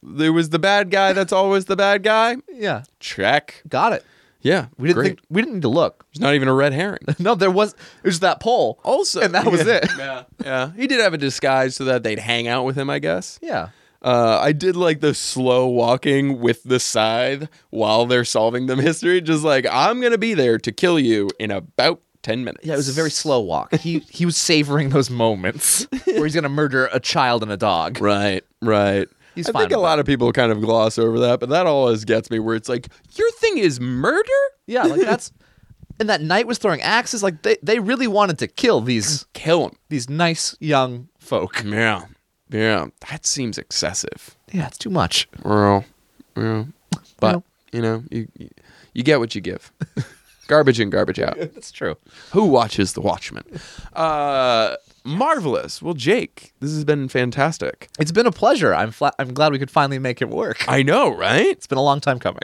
Speaker 1: there was the bad guy. That's always the bad guy.
Speaker 3: yeah,
Speaker 1: Check.
Speaker 3: got it.
Speaker 1: Yeah,
Speaker 3: We didn't
Speaker 1: great.
Speaker 3: think we didn't need to look.
Speaker 1: There's not even a red herring.
Speaker 3: No, there was it was that poll.
Speaker 1: Also,
Speaker 3: and that was
Speaker 1: yeah,
Speaker 3: it.
Speaker 1: Yeah, yeah. He did have a disguise so that they'd hang out with him, I guess.
Speaker 3: Yeah.
Speaker 1: Uh, I did like the slow walking with the scythe while they're solving the mystery. Just like I'm gonna be there to kill you in about ten minutes.
Speaker 3: Yeah, it was a very slow walk. He he was savoring those moments where he's gonna murder a child and a dog.
Speaker 1: Right, right.
Speaker 3: He's
Speaker 1: I
Speaker 3: fine
Speaker 1: think a
Speaker 3: with
Speaker 1: lot of people kind of gloss over that, but that always gets me where it's like, your thing is murder?
Speaker 3: Yeah, like that's and that knight was throwing axes. Like they, they really wanted to kill these
Speaker 1: Kill him.
Speaker 3: these nice young folk.
Speaker 1: Yeah. Yeah. That seems excessive.
Speaker 3: Yeah, it's too much.
Speaker 1: Well, yeah. But, you know, you, you, you get what you give. garbage in, garbage out.
Speaker 3: That's true.
Speaker 1: Who watches The Watchmen? Uh, marvelous. Well, Jake, this has been fantastic.
Speaker 3: It's been a pleasure. I'm fla- I'm glad we could finally make it work.
Speaker 1: I know, right?
Speaker 3: It's been a long time coming.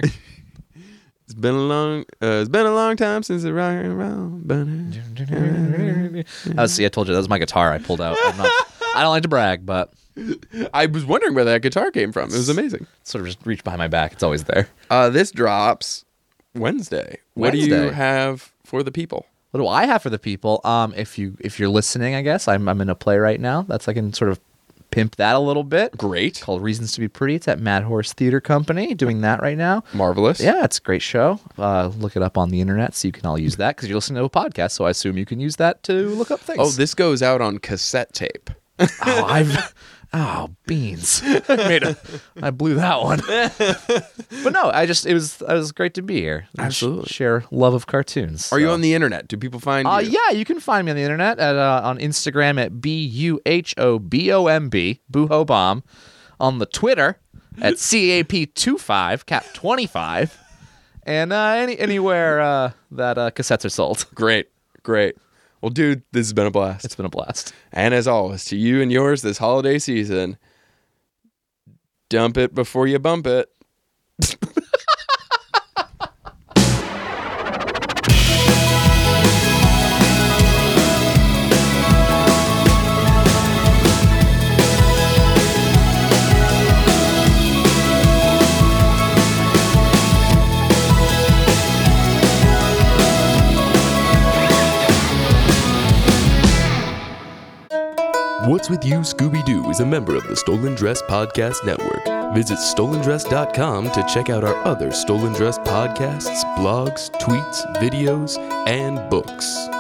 Speaker 1: It's been a long, uh, it's been a long time since the rock and roll. been-
Speaker 3: oh, see, I told you that was my guitar I pulled out. I'm not, I don't like to brag, but
Speaker 1: I was wondering where that guitar came from. It was amazing.
Speaker 3: sort of just reach behind my back. It's always there.
Speaker 1: Uh, this drops Wednesday. What do you
Speaker 3: Wednesday.
Speaker 1: have for the people?
Speaker 3: What do I have for the people? Um, if you if you're listening, I guess I'm I'm in a play right now. That's I can sort of pimp that a little bit.
Speaker 1: Great.
Speaker 3: called Reasons to Be Pretty. It's at Mad Horse Theater Company, doing that right now.
Speaker 1: Marvelous.
Speaker 3: Yeah, it's a great show. Uh, look it up on the internet so you can all use that because you're listening to a podcast. So I assume you can use that to look up things.
Speaker 1: Oh, this goes out on cassette tape.
Speaker 3: Oh, I've. Oh, beans! I made a, I blew that one. but no, I just it was it was great to be here. and sh-
Speaker 1: Absolutely.
Speaker 3: share love of cartoons.
Speaker 1: Are you
Speaker 3: so.
Speaker 1: on the internet? Do people find
Speaker 3: Uh,
Speaker 1: you?
Speaker 3: yeah, you can find me on the internet at uh, on Instagram at b u h o b o m b boohobomb, on the Twitter at cap 25 cap twenty five, and uh, any anywhere uh, that uh, cassettes are sold.
Speaker 1: Great. Great. Well, dude, this has been a blast.
Speaker 3: It's been a blast.
Speaker 1: and as always, to you and yours this holiday season, dump it before you bump it.
Speaker 6: What's With You Scooby Doo is a member of the Stolen Dress Podcast Network. Visit stolendress.com to check out our other Stolen Dress podcasts, blogs, tweets, videos, and books.